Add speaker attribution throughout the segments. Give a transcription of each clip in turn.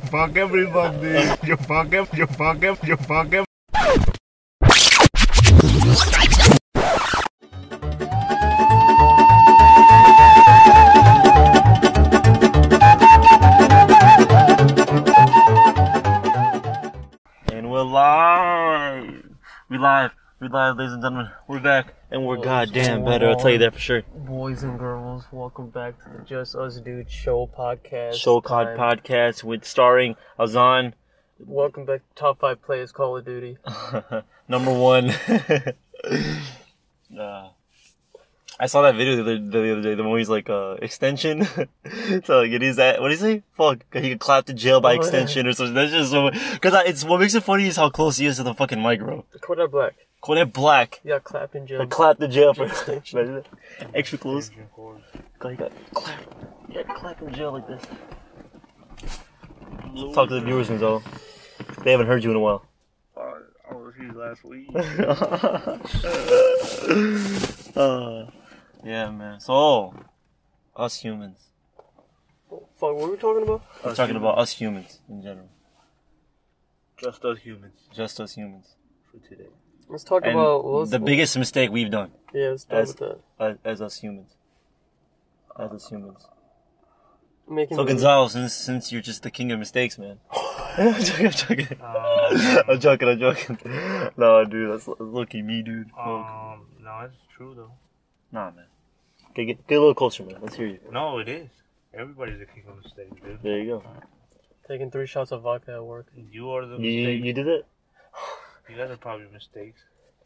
Speaker 1: fuck everybody. You fuck him. You fuck him. You fuck him.
Speaker 2: And we're live. We live. We live, ladies and gentlemen. We're back, and
Speaker 3: Oh,
Speaker 2: we're goddamn better. I'll tell you that for sure.
Speaker 3: Boys and girls, welcome back to the Just Us Dude Show podcast.
Speaker 2: Soul Cod
Speaker 3: Time.
Speaker 2: podcast with starring Azan,
Speaker 3: Welcome back to Top 5 Players Call of Duty.
Speaker 2: number one. uh, I saw that video the other, the other day. The one where he's like uh, extension. so like it is that. What do you say? Fuck. He could clap to jail by
Speaker 3: Oh, yeah.
Speaker 2: extension or something. That's just so. Because it's what makes it funny is how close he is to the fucking micro.
Speaker 3: Kodak Black.
Speaker 2: Cornet Black.
Speaker 3: Yeah, clap and
Speaker 2: I
Speaker 3: jump.
Speaker 2: clap the jail for extension. Extra close. Like got clap, yeah, clap in jail like this. Talk to the viewers, Gonzalo. They haven't heard you in a while.
Speaker 4: uh, I was here last week.
Speaker 2: uh, yeah, man. So, us humans.
Speaker 3: Fuck, what were we talking about?
Speaker 2: We're talking about us humans in general.
Speaker 4: just us humans
Speaker 2: Just us humans.
Speaker 4: for today.
Speaker 3: Let's talk
Speaker 2: And
Speaker 3: about. Let's,
Speaker 2: the biggest mistake we've done
Speaker 3: Yeah, let's start
Speaker 2: as-
Speaker 3: with that.
Speaker 2: as, as us humans. As us humans.
Speaker 3: Making
Speaker 2: So,
Speaker 3: movies.
Speaker 2: Gonzalo, since, since you're just the king of mistakes, man. I'm joking, I'm joking. I'm joking, I'm joking. No, dude, that's lucky me, dude.
Speaker 4: Um, no, it's true though.
Speaker 2: Nah, man. Get, get, get a little closer, man. Let's hear you.
Speaker 4: No, it is. Everybody's a king of mistakes, dude.
Speaker 2: There you go.
Speaker 3: Taking three shots of vodka at work.
Speaker 4: You are the
Speaker 2: You, you,
Speaker 4: mistake.
Speaker 2: you did it?
Speaker 4: You guys are probably mistakes.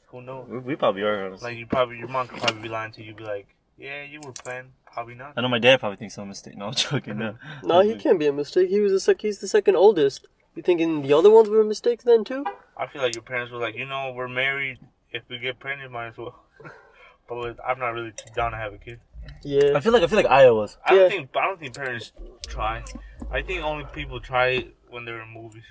Speaker 4: Who knows?
Speaker 2: We, we probably are, honestly.
Speaker 4: Like you probably, your mom could probably be lying to you. Be like, yeah, you were playing. Probably not.
Speaker 2: I know my dad probably thinks I'm a mistake. No, I'm joking. No,
Speaker 3: No, he can't be a mistake. He was the sec- He's the second oldest. You thinking the other ones were mistakes then too?
Speaker 4: I feel like your parents were like, you know, we're married. If we get pregnant, might as well. but like, I'm not really down to have a kid.
Speaker 3: Yeah.
Speaker 2: I feel like I feel like I was.
Speaker 4: I
Speaker 3: Yeah.
Speaker 4: don't think. I don't think parents try. I think only people try it when they're in movies.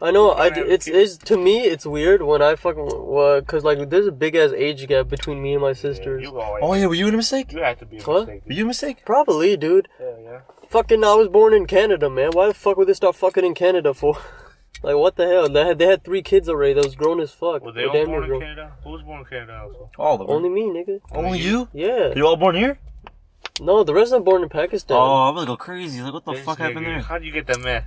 Speaker 3: I know. I
Speaker 4: Gotta have
Speaker 3: it's
Speaker 4: kids.
Speaker 3: it's to me it's weird when I fucking well, cause like there's a big ass age gap between me and my sisters.
Speaker 4: You always.
Speaker 2: Oh yeah, were you in a mistake?
Speaker 4: You have to be a
Speaker 3: What?
Speaker 4: mistake.
Speaker 2: Were
Speaker 4: dude.
Speaker 2: you a mistake?
Speaker 3: Probably, dude.
Speaker 4: Yeah, yeah.
Speaker 3: Fucking, I was born in Canada, man. Why the fuck would they stop fucking in Canada for? like, what the hell? They had, they had three kids already. That was grown as fuck.
Speaker 4: Were they
Speaker 3: They're
Speaker 4: all
Speaker 3: damn
Speaker 4: born in
Speaker 3: near grown.
Speaker 4: Canada? Who was born in Canada also?
Speaker 2: All of them.
Speaker 3: Only me, nigga.
Speaker 2: Only you?
Speaker 3: Yeah.
Speaker 2: You all born here?
Speaker 3: No, the rest of them born in Pakistan.
Speaker 2: Oh, I'm gonna go crazy. Like, what the
Speaker 4: This
Speaker 2: fuck happened
Speaker 4: nigga.
Speaker 2: there?
Speaker 4: How do you get that man?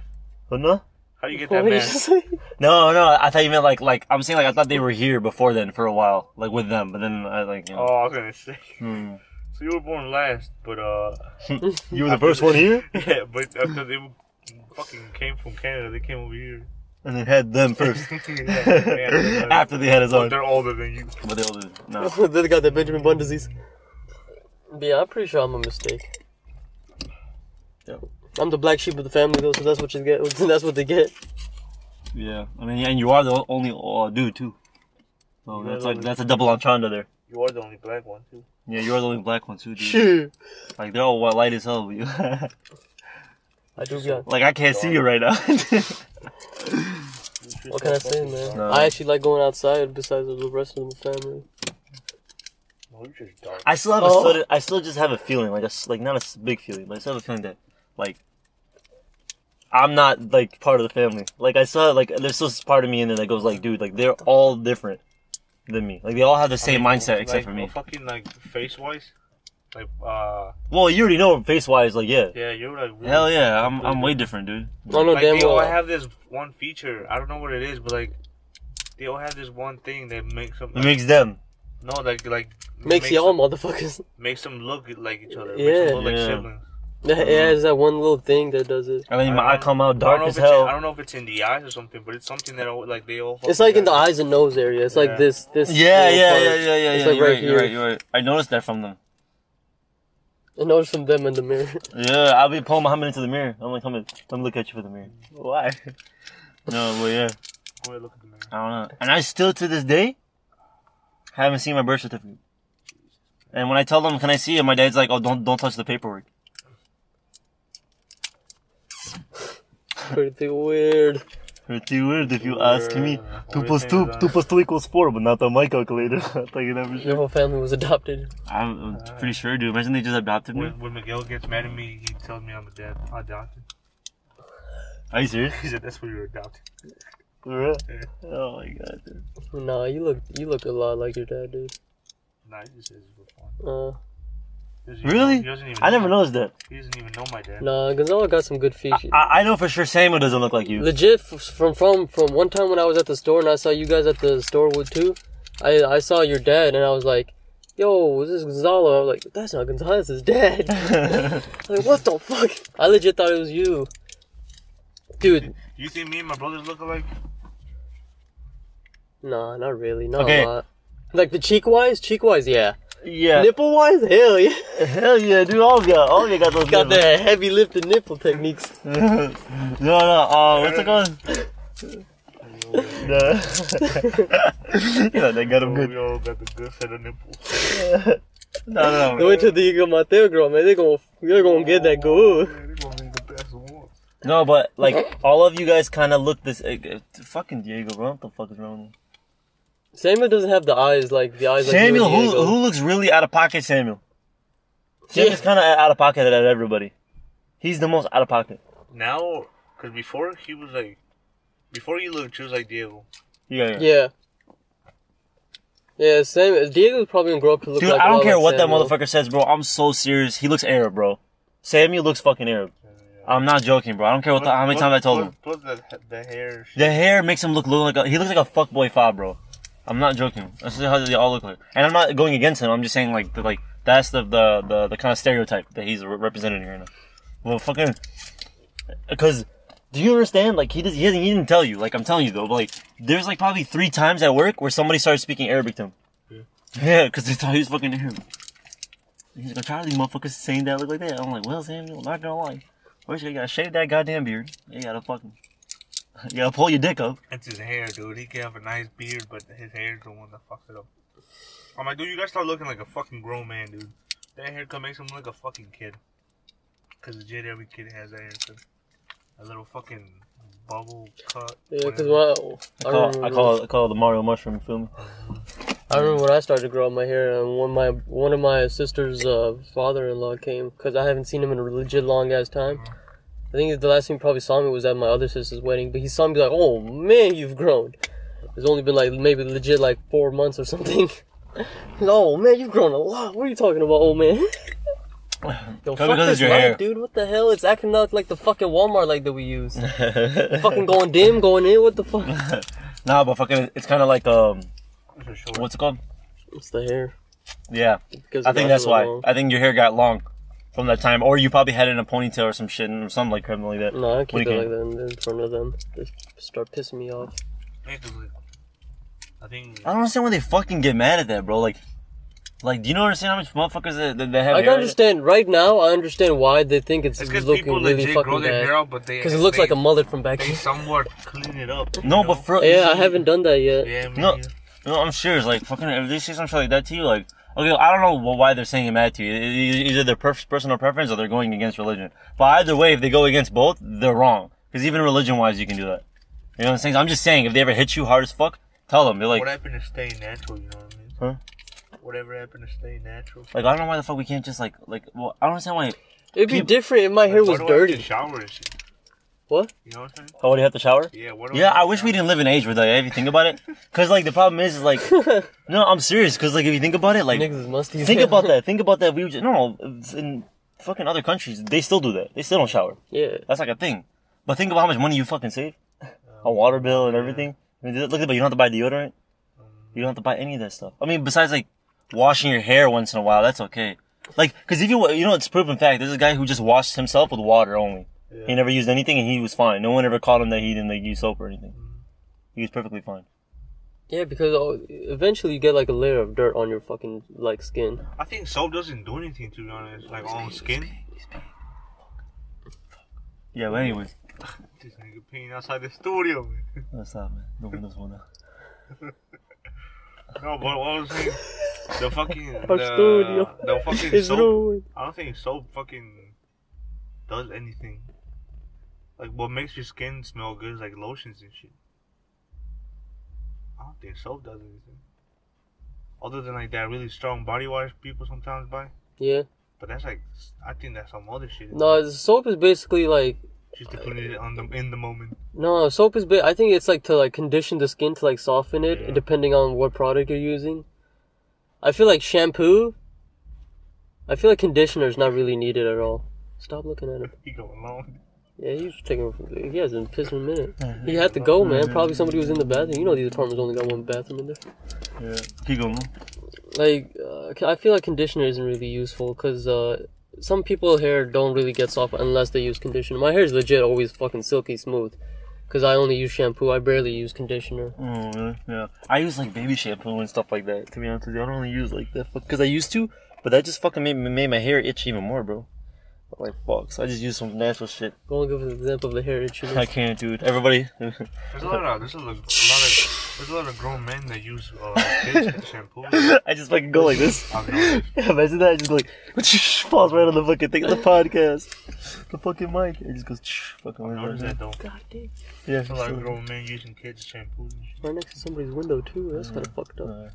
Speaker 2: Huh, No,
Speaker 4: How do you get
Speaker 3: What
Speaker 4: that
Speaker 3: did you
Speaker 4: man?
Speaker 3: say?
Speaker 2: no, no. I thought you meant like like I'm saying like I thought they were here before then for a while, like with them. But then I like you
Speaker 4: Oh,
Speaker 2: know.
Speaker 4: I was gonna say.
Speaker 2: Hmm.
Speaker 4: So you were born last, but uh,
Speaker 2: You were the first one here,
Speaker 4: yeah, but after they fucking came from Canada, they came over here.
Speaker 2: and then had them first. After they had us
Speaker 4: but
Speaker 2: on.
Speaker 4: they're older than you.
Speaker 2: But they all did. No.
Speaker 3: they got that Benjamin Button disease. But yeah, I'm pretty sure I'm a mistake.
Speaker 2: Yep.
Speaker 3: I'm the black sheep of the family though, so that's what you get. That's what they get.
Speaker 2: Yeah. I mean, and you are the only uh, dude too. So
Speaker 4: Yeah,
Speaker 2: that's
Speaker 4: that
Speaker 2: like
Speaker 4: was-
Speaker 2: that's a double entendre there.
Speaker 4: You are the only black one too.
Speaker 2: Yeah, you are the only black one too, dude.
Speaker 3: Shit.
Speaker 2: Like they're all white light as hell, but you.
Speaker 3: I do got.
Speaker 2: Like I can't see you right now.
Speaker 4: You should
Speaker 3: What can I
Speaker 4: stop
Speaker 3: say,
Speaker 4: fucking
Speaker 3: man?
Speaker 4: dark.
Speaker 2: No.
Speaker 3: I actually like going outside. Besides the rest of the family.
Speaker 4: No, you're just dark.
Speaker 2: I still have a
Speaker 3: Oh.
Speaker 2: sort of- I still just have a feeling, like a s- like not a s- big feeling, but I still have a feeling that like I'm not like part of the family. Like I saw like there's still this part of me in there that goes like, dude, like they're all different than me. Like they all have the same mindset except
Speaker 4: like,
Speaker 2: for me.
Speaker 4: Fucking like face wise, like uh,
Speaker 2: Well, you already know face wise, like yeah,
Speaker 4: yeah, you're like weird.
Speaker 2: hell yeah, I'm I'm way different, dude.
Speaker 3: I know
Speaker 4: like
Speaker 3: damn
Speaker 4: they all
Speaker 3: well.
Speaker 4: have this one feature. I don't know what it is, but like they all have this one thing that makes them
Speaker 2: It makes them.
Speaker 4: no, like like
Speaker 3: Makes y'all motherfuckers.
Speaker 4: them, makes them look like each other.
Speaker 3: Yeah.
Speaker 4: makes them look
Speaker 2: Yeah.
Speaker 4: like siblings.
Speaker 3: Yeah,
Speaker 2: Um,
Speaker 3: yeah, it's that one little thing that does it.
Speaker 2: I mean,
Speaker 4: I
Speaker 2: my I
Speaker 4: don't-
Speaker 2: come out
Speaker 4: I don't
Speaker 2: dark
Speaker 4: know
Speaker 2: as
Speaker 4: if it's in- I
Speaker 2: hell.
Speaker 4: don't know if it's in the eyes or something, but it's something that all, like they all.
Speaker 3: It's like in the eyes and nose area. It's
Speaker 4: Yeah.
Speaker 3: like this, this.
Speaker 2: Yeah,
Speaker 3: little
Speaker 2: yeah,
Speaker 3: part.
Speaker 2: yeah, yeah, yeah,
Speaker 3: It's
Speaker 2: yeah.
Speaker 3: like
Speaker 2: You're
Speaker 3: right
Speaker 2: right, you're
Speaker 3: here.
Speaker 2: right, you're right. I noticed that from them.
Speaker 3: I noticed from them in the mirror.
Speaker 2: Yeah, I'll be pulling Muhammad into the mirror. I'm like, come in, let me look at you for the mirror. Why? No, well, yeah,
Speaker 4: Go ahead, look at the mirror.
Speaker 2: I don't know. And I still to this day haven't seen my birth certificate. And when I tell them, can I see it? My dad's like, oh, don't don't touch the paperwork.
Speaker 3: Pretty weird.
Speaker 2: Pretty weird if you ask me.
Speaker 4: Yeah.
Speaker 2: Two
Speaker 4: What
Speaker 2: plus
Speaker 4: do you
Speaker 2: two,
Speaker 4: think
Speaker 2: two
Speaker 4: of that?
Speaker 2: plus two equals four, but not on my calculator. Thank you, never sure.
Speaker 3: Your whole family was adopted.
Speaker 2: I'm, I'm pretty sure, dude. Imagine they just adopted me.
Speaker 4: When, when Miguel gets mad at me, he tells me I'm a dad. I adopted.
Speaker 2: Are you serious?
Speaker 4: He said that's where you were adopted.
Speaker 2: For real? Oh my god, dude.
Speaker 3: Nah, you look you look a lot like your dad, dude.
Speaker 4: Nah, he just says it was fun.
Speaker 3: Uh,
Speaker 4: He doesn't even-
Speaker 2: Really?
Speaker 4: He doesn't even
Speaker 2: I never noticed that.
Speaker 4: He doesn't even know my dad.
Speaker 3: nah, Gonzalo got some good features.
Speaker 2: I, I know for sure Samuel doesn't look like you.
Speaker 3: Legit, f- from from from one time when I was at the store and I saw you guys at the store with too, I I saw your dad and I was like, "Yo, is this Gonzalo?" I was like, "That's not Gonzalo, that's his dad." I was like, "What the fuck?" I legit thought it was you, dude.
Speaker 4: Do you think me and my brothers look alike?
Speaker 3: Nah, not really, not
Speaker 2: Okay.
Speaker 3: a lot. Like the cheek wise, cheek wise, yeah.
Speaker 2: yeah.
Speaker 3: Nipple wise, hell yeah.
Speaker 2: Hell yeah, dude. All of you, all of you got those.
Speaker 3: Got
Speaker 2: nipples.
Speaker 3: the heavy lifted nipple techniques.
Speaker 2: no, no. Uh, what's it called? no. yeah, they got him
Speaker 4: Oh,
Speaker 2: good.
Speaker 4: We all got the good set of nipples.
Speaker 2: No, no,
Speaker 3: They
Speaker 2: no.
Speaker 3: went to the Igor Mateo girl, man. They gonna they're gonna get that good.
Speaker 4: Man, they're gonna be the best ones.
Speaker 2: No, but like all of you guys kind of look this. Uh, uh, fucking Diego, bro. What the fuck is wrong?
Speaker 3: Samuel doesn't have the eyes like the eyes
Speaker 2: With Samuel,
Speaker 3: like you and
Speaker 2: who
Speaker 3: Diego.
Speaker 2: who looks really out of pocket? Samuel. Samuel's kind of out of pocket at everybody. He's the most out of pocket.
Speaker 4: Now, because before he was like, before you looked, she was like Diego.
Speaker 2: Yeah, yeah.
Speaker 3: Yeah. Yeah, Sam. Diego's probably gonna grow up to look
Speaker 2: Dude,
Speaker 3: like.
Speaker 2: I
Speaker 3: a
Speaker 2: don't
Speaker 3: lot
Speaker 2: care
Speaker 3: like
Speaker 2: what that
Speaker 3: Samuel.
Speaker 2: motherfucker says, bro. I'm so serious. He looks Arab, bro. Samuel looks fucking Arab. I'm not joking, bro. I don't care what the, how many times I told him.
Speaker 4: Plus the, the hair. shit.
Speaker 2: The hair makes him look, look like a, he looks like a fuckboy fob, bro. I'm not joking. That's just how they all look like. And I'm not going against him. I'm just saying like the, like that's the the, the the kind of stereotype that he's re- representing right now. Well, fucking, because do you understand? Like he does, he didn't, he didn't tell you. Like I'm telling you though. But, like there's like probably three times at work where somebody started speaking Arabic to him. Yeah, because they thought he was fucking Arab. He's like, Charlie, these motherfuckers saying that look like that. I'm like, well, Samuel, not gonna lie. First, you gotta shave that goddamn beard. You gotta fucking, you gotta pull your dick up.
Speaker 4: It's his hair, dude. He can have a nice beard, but his hair's the one that fucks it up. I'm like, dude, you guys start looking like a fucking grown man, dude. That haircut makes him look like a fucking kid. Cause legit, every kid has that haircut. A little fucking bubble cut.
Speaker 3: Yeah, because
Speaker 4: whatever.
Speaker 3: when I, I,
Speaker 2: I call,
Speaker 3: remember,
Speaker 2: I call, I call it the Mario mushroom. Feel me?
Speaker 3: I remember when I started to grow out my hair, and one of my one of my sister's uh, father-in-law came because I haven't seen him in a legit long ass time. I think the last thing he probably saw me was at my other sister's wedding, but he saw me like, "Oh man, you've grown." It's only been like maybe legit like four months or something. oh man, you've grown a lot. What are you talking about, old man? Yo,
Speaker 2: because it's your
Speaker 3: light,
Speaker 2: hair.
Speaker 3: dude. What the hell? It's acting out like the fucking Walmart light that we use. fucking going dim, going in. What the fuck?
Speaker 2: nah, but fucking, it's kind of like um,
Speaker 4: It's a short.
Speaker 2: what's it called?
Speaker 3: It's the hair.
Speaker 2: Yeah,
Speaker 3: Because
Speaker 2: I
Speaker 3: it
Speaker 2: think
Speaker 3: got
Speaker 2: that's
Speaker 3: so
Speaker 2: why.
Speaker 3: long.
Speaker 2: I think your hair got long from that time, or you probably had it in a ponytail or some shit, or something like something like that.
Speaker 3: No, I
Speaker 2: When
Speaker 3: keep
Speaker 2: you
Speaker 3: it
Speaker 2: came.
Speaker 3: like that in- in front of them. They start pissing me off.
Speaker 4: Basically, I think.
Speaker 2: I don't understand why they fucking get mad at that, bro. Like, like, do you know understand how much motherfuckers that, that, that have
Speaker 3: I can
Speaker 2: hair?
Speaker 3: understand right now. I understand why they think it's,
Speaker 4: It's because
Speaker 3: looking
Speaker 4: people
Speaker 3: really
Speaker 4: legit grow
Speaker 3: fucking
Speaker 4: their hair
Speaker 3: bad.
Speaker 4: out, but they
Speaker 3: Because it looks
Speaker 4: they,
Speaker 3: like a mullet from back.
Speaker 4: they somewhat clean it up. you
Speaker 2: No,
Speaker 4: know?
Speaker 2: but for
Speaker 3: Yeah, I haven't done that yet.
Speaker 4: yeah, me
Speaker 2: No,
Speaker 4: neither.
Speaker 2: no, I'm serious. Like, fucking, if they say some shit like that to you, like, okay, I don't know wh- why they're saying it mad to you. E- e- Either their per- personal preference or they're going against religion. But either way, if they go against both, they're wrong. Because even religion-wise, you can do that. You know what I'm saying? I'm just saying, if they ever hit you hard as fuck, tell them. They're like,
Speaker 4: what happened to staying natural? You know what I mean?
Speaker 2: Huh?
Speaker 4: Whatever happened to staying natural?
Speaker 2: like, I don't know why the fuck we can't just like, like, well, I don't understand why.
Speaker 3: It'd be
Speaker 2: People-
Speaker 3: different if my hair
Speaker 4: Why
Speaker 3: was
Speaker 4: do I have to
Speaker 3: dirty.
Speaker 4: shower and shit?
Speaker 3: What?
Speaker 4: You know what I'm saying?
Speaker 2: Oh, do you have to shower?
Speaker 4: Yeah. What do
Speaker 2: Yeah,
Speaker 4: have
Speaker 2: I
Speaker 4: to
Speaker 2: wish we
Speaker 4: shower?
Speaker 2: didn't live in age where like, if you think about it, because like the problem is, is like, no, I'm serious. Because like if you think about it, like,
Speaker 3: Niggas is musty. as
Speaker 2: think
Speaker 3: hell.
Speaker 2: about that. Think about that. We would just, no, no, it's in fucking other countries, they still do that. They still don't shower.
Speaker 3: Yeah.
Speaker 2: That's like a thing. But think about how much money you fucking save on water bill and everything. I mean, look at, but you don't have to buy deodorant. You don't have to buy any of that stuff. I mean, besides like washing your hair once in a while, that's okay. Like, cause if you wa- you know it's proven fact. There's a guy who just washed himself with water only. He never used anything and he was fine. No one ever called him that he didn't like use soap or anything. He was perfectly fine.
Speaker 3: Yeah, because uh, eventually you get like a layer of dirt on your fucking like skin.
Speaker 4: I think soap doesn't do anything to be honest. Like on skin.
Speaker 2: Yeah, but anyways,
Speaker 4: This nigga peeing outside the studio. Man.
Speaker 2: that's that man. The windows one.
Speaker 4: No, but what I'm saying, the fucking
Speaker 3: Our
Speaker 4: the,
Speaker 3: studio
Speaker 4: the fucking
Speaker 3: It's
Speaker 4: soap.
Speaker 3: ruined.
Speaker 4: I don't think soap fucking does anything. Like what makes your skin smell good is like lotions and shit. I don't think soap does anything. Other than like that really strong body wash people sometimes buy,
Speaker 3: Yeah.
Speaker 4: but that's like s- I think that's some other shit.
Speaker 3: No, the soap is basically like
Speaker 4: She's to put it on the in the moment.
Speaker 3: No, soap is. Ba- I think it's like to like condition the skin to like soften it,
Speaker 4: Yeah.
Speaker 3: depending on what product you're using. I feel like shampoo. I feel like conditioner's not really needed at all. Stop looking at him.
Speaker 4: He go alone.
Speaker 3: Yeah, he's taking. He hasn't pissed in a minute. He had to go, man. Probably somebody was in the bathroom. You know, these apartments only got one bathroom in there.
Speaker 2: Yeah. Keep going.
Speaker 3: Like, uh, I feel like conditioner isn't really useful because uh, some people's hair don't really get soft unless they use conditioner. My hair is legit always fucking silky smooth because I only use shampoo. I barely use conditioner.
Speaker 2: Oh, really? Yeah. I use like baby shampoo and stuff like that. To be honest with you, I don't really use like that because I used to, but that just fucking made, made my hair itch even more, bro. Like fuck, so I just use some natural shit.
Speaker 3: Go and give an example of the hair itchiness.
Speaker 2: I can't, dude. Everybody,
Speaker 4: There's a lot of there's a, lo- a lot of there's a lot of grown men that use uh, kids shampoo. I've
Speaker 2: I just fucking go like this.
Speaker 4: noticed.
Speaker 2: Imagine that. I just go like falls right on the fucking thing, the podcast, the fucking mic. It just goes fucking
Speaker 4: I've
Speaker 2: right on
Speaker 4: noticed that
Speaker 2: there.
Speaker 4: though.
Speaker 3: God damn.
Speaker 2: Yeah.
Speaker 4: There's a lot of
Speaker 2: so-
Speaker 4: grown men using kids shampoo. and shit.
Speaker 3: Right next to somebody's window too. That's kind of fucked up.
Speaker 2: Uh,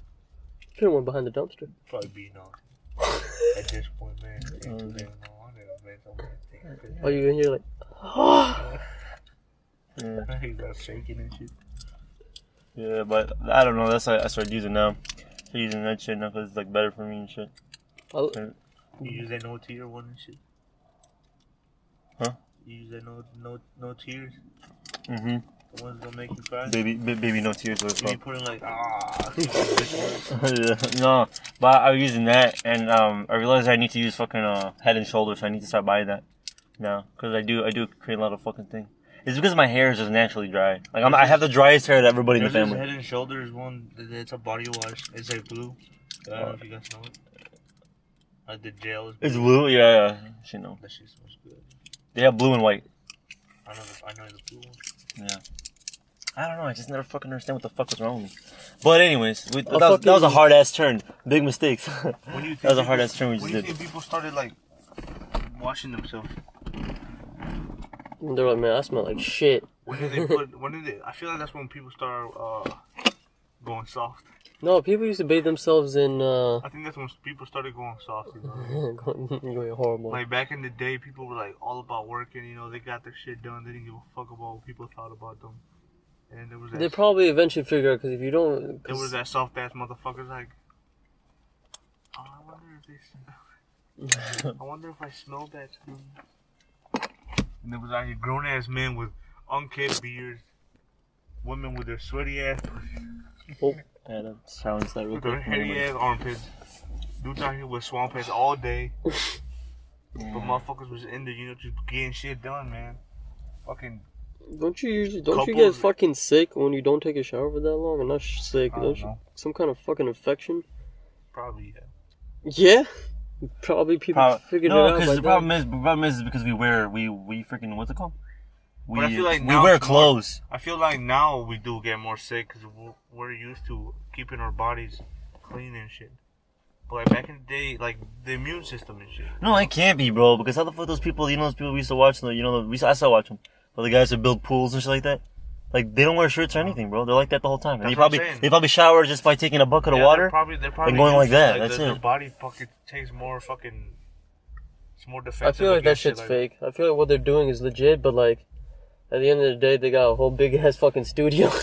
Speaker 3: Could have went behind the dumpster.
Speaker 4: Probably be naughty. At this point, man. They do that in the water, man, so I'm gonna
Speaker 3: Oh, you in here like?
Speaker 2: yeah.
Speaker 4: take it. He's all shaking and shit.
Speaker 2: Yeah, but I don't know. That's why I started using now. Started using that shit now because it's like better for me and shit.
Speaker 3: I,
Speaker 4: You use that no tier one and shit.
Speaker 2: Huh?
Speaker 4: You use that no no no tears.
Speaker 2: hmm
Speaker 4: The ones that make you cry.
Speaker 2: Baby, ba- baby, no tears. What it's called.
Speaker 4: You be putting like ah. That's
Speaker 2: Yeah, no, but I was using that, and um, I realized I need to use fucking uh, Head and Shoulders. So I need to start buying that now, cause I do, I do create a lot of fucking thing. It's because my hair is just naturally dry. Like I'm, I have the driest hair of everybody in the
Speaker 4: There's this
Speaker 2: family.
Speaker 4: Head and Shoulders one. that- It's a body wash. It's like blue. I don't know if you guys know it. Like the gel is.
Speaker 2: It's blue, yeah, yeah. Shit, no.
Speaker 4: That shit smells good.
Speaker 2: They have blue and white.
Speaker 4: I know the I know the blue one.
Speaker 2: Yeah. I don't know. I just never fucking understand what the fuck was wrong with me. But anyways, we, that, was,
Speaker 3: fucking-
Speaker 2: that was a hard ass turn. Big mistakes. that
Speaker 4: When do you think
Speaker 2: was a
Speaker 4: people-
Speaker 2: hard ass turn we
Speaker 4: When
Speaker 2: just
Speaker 4: do you
Speaker 2: did.
Speaker 4: think people started like washing themselves?
Speaker 3: they're like, man, I smell like shit.
Speaker 4: When did they put? when did they? I feel like that's when people start uh, going soft.
Speaker 3: No, people used to bathe themselves in. uh
Speaker 4: I think that's when people started going soft. You know?
Speaker 3: You're horrible.
Speaker 4: Like back in the day, people were like all about working. You know, they got their shit done. They didn't give a fuck about what people thought about them. And there was that.
Speaker 3: They probably eventually figure out because if you don't,
Speaker 4: there was
Speaker 3: 'cause
Speaker 4: that soft ass motherfuckers like. Oh, I wonder if they. smell- I wonder if I smell that. Too. And there was out here grown ass men with unkempt beards, women with their sweaty ass,
Speaker 2: Yeah, that- silence that real
Speaker 4: with their
Speaker 2: quick.
Speaker 4: hairy ass armpits. Dudes out here with swamp ass all day. But motherfuckers was in there, you know, just getting shit done, man. Fucking
Speaker 3: don't you usually don't you get
Speaker 4: Couples-
Speaker 3: fucking sick when you don't take a shower for that long? And not sh- sick,
Speaker 4: I
Speaker 3: don't
Speaker 4: don't
Speaker 3: you-
Speaker 4: know.
Speaker 3: some kind of fucking infection.
Speaker 4: probably uh, yeah.
Speaker 3: Yeah, probably people
Speaker 2: Prob-
Speaker 3: figured it
Speaker 2: no,
Speaker 3: out.
Speaker 2: because
Speaker 3: by
Speaker 2: the
Speaker 3: then.
Speaker 2: problem is, the problem is because we wear we we freaking what's it called? We
Speaker 4: But I feel like
Speaker 2: we
Speaker 4: now
Speaker 2: wear
Speaker 4: it's more-
Speaker 2: clothes.
Speaker 4: I feel like now we do get more sick because we're, we're used to keeping our bodies clean and shit. But like back in the day, like the immune system and shit.
Speaker 2: No, it can't be, bro. Because how the fuck those people? You know those people we used to watch. You know, we I still watch them. But the guys that build pools and shit like that, like they don't wear shirts or anything, bro. They're like that the whole time. And
Speaker 4: That's
Speaker 2: they
Speaker 4: what I'm
Speaker 2: probably
Speaker 4: saying.
Speaker 2: they probably shower just by taking a bucket
Speaker 4: Yeah,
Speaker 2: of water.
Speaker 4: They're probably, they're probably
Speaker 2: going like
Speaker 4: used to,
Speaker 2: that, that's
Speaker 4: their, their
Speaker 2: it.
Speaker 4: body fucking takes more fucking. It's more
Speaker 3: I
Speaker 4: defensive.
Speaker 3: feel like that
Speaker 4: against shit
Speaker 3: shit's fake. I feel like what they're doing is legit, but like at the end of the day, they got a whole big ass fucking studio.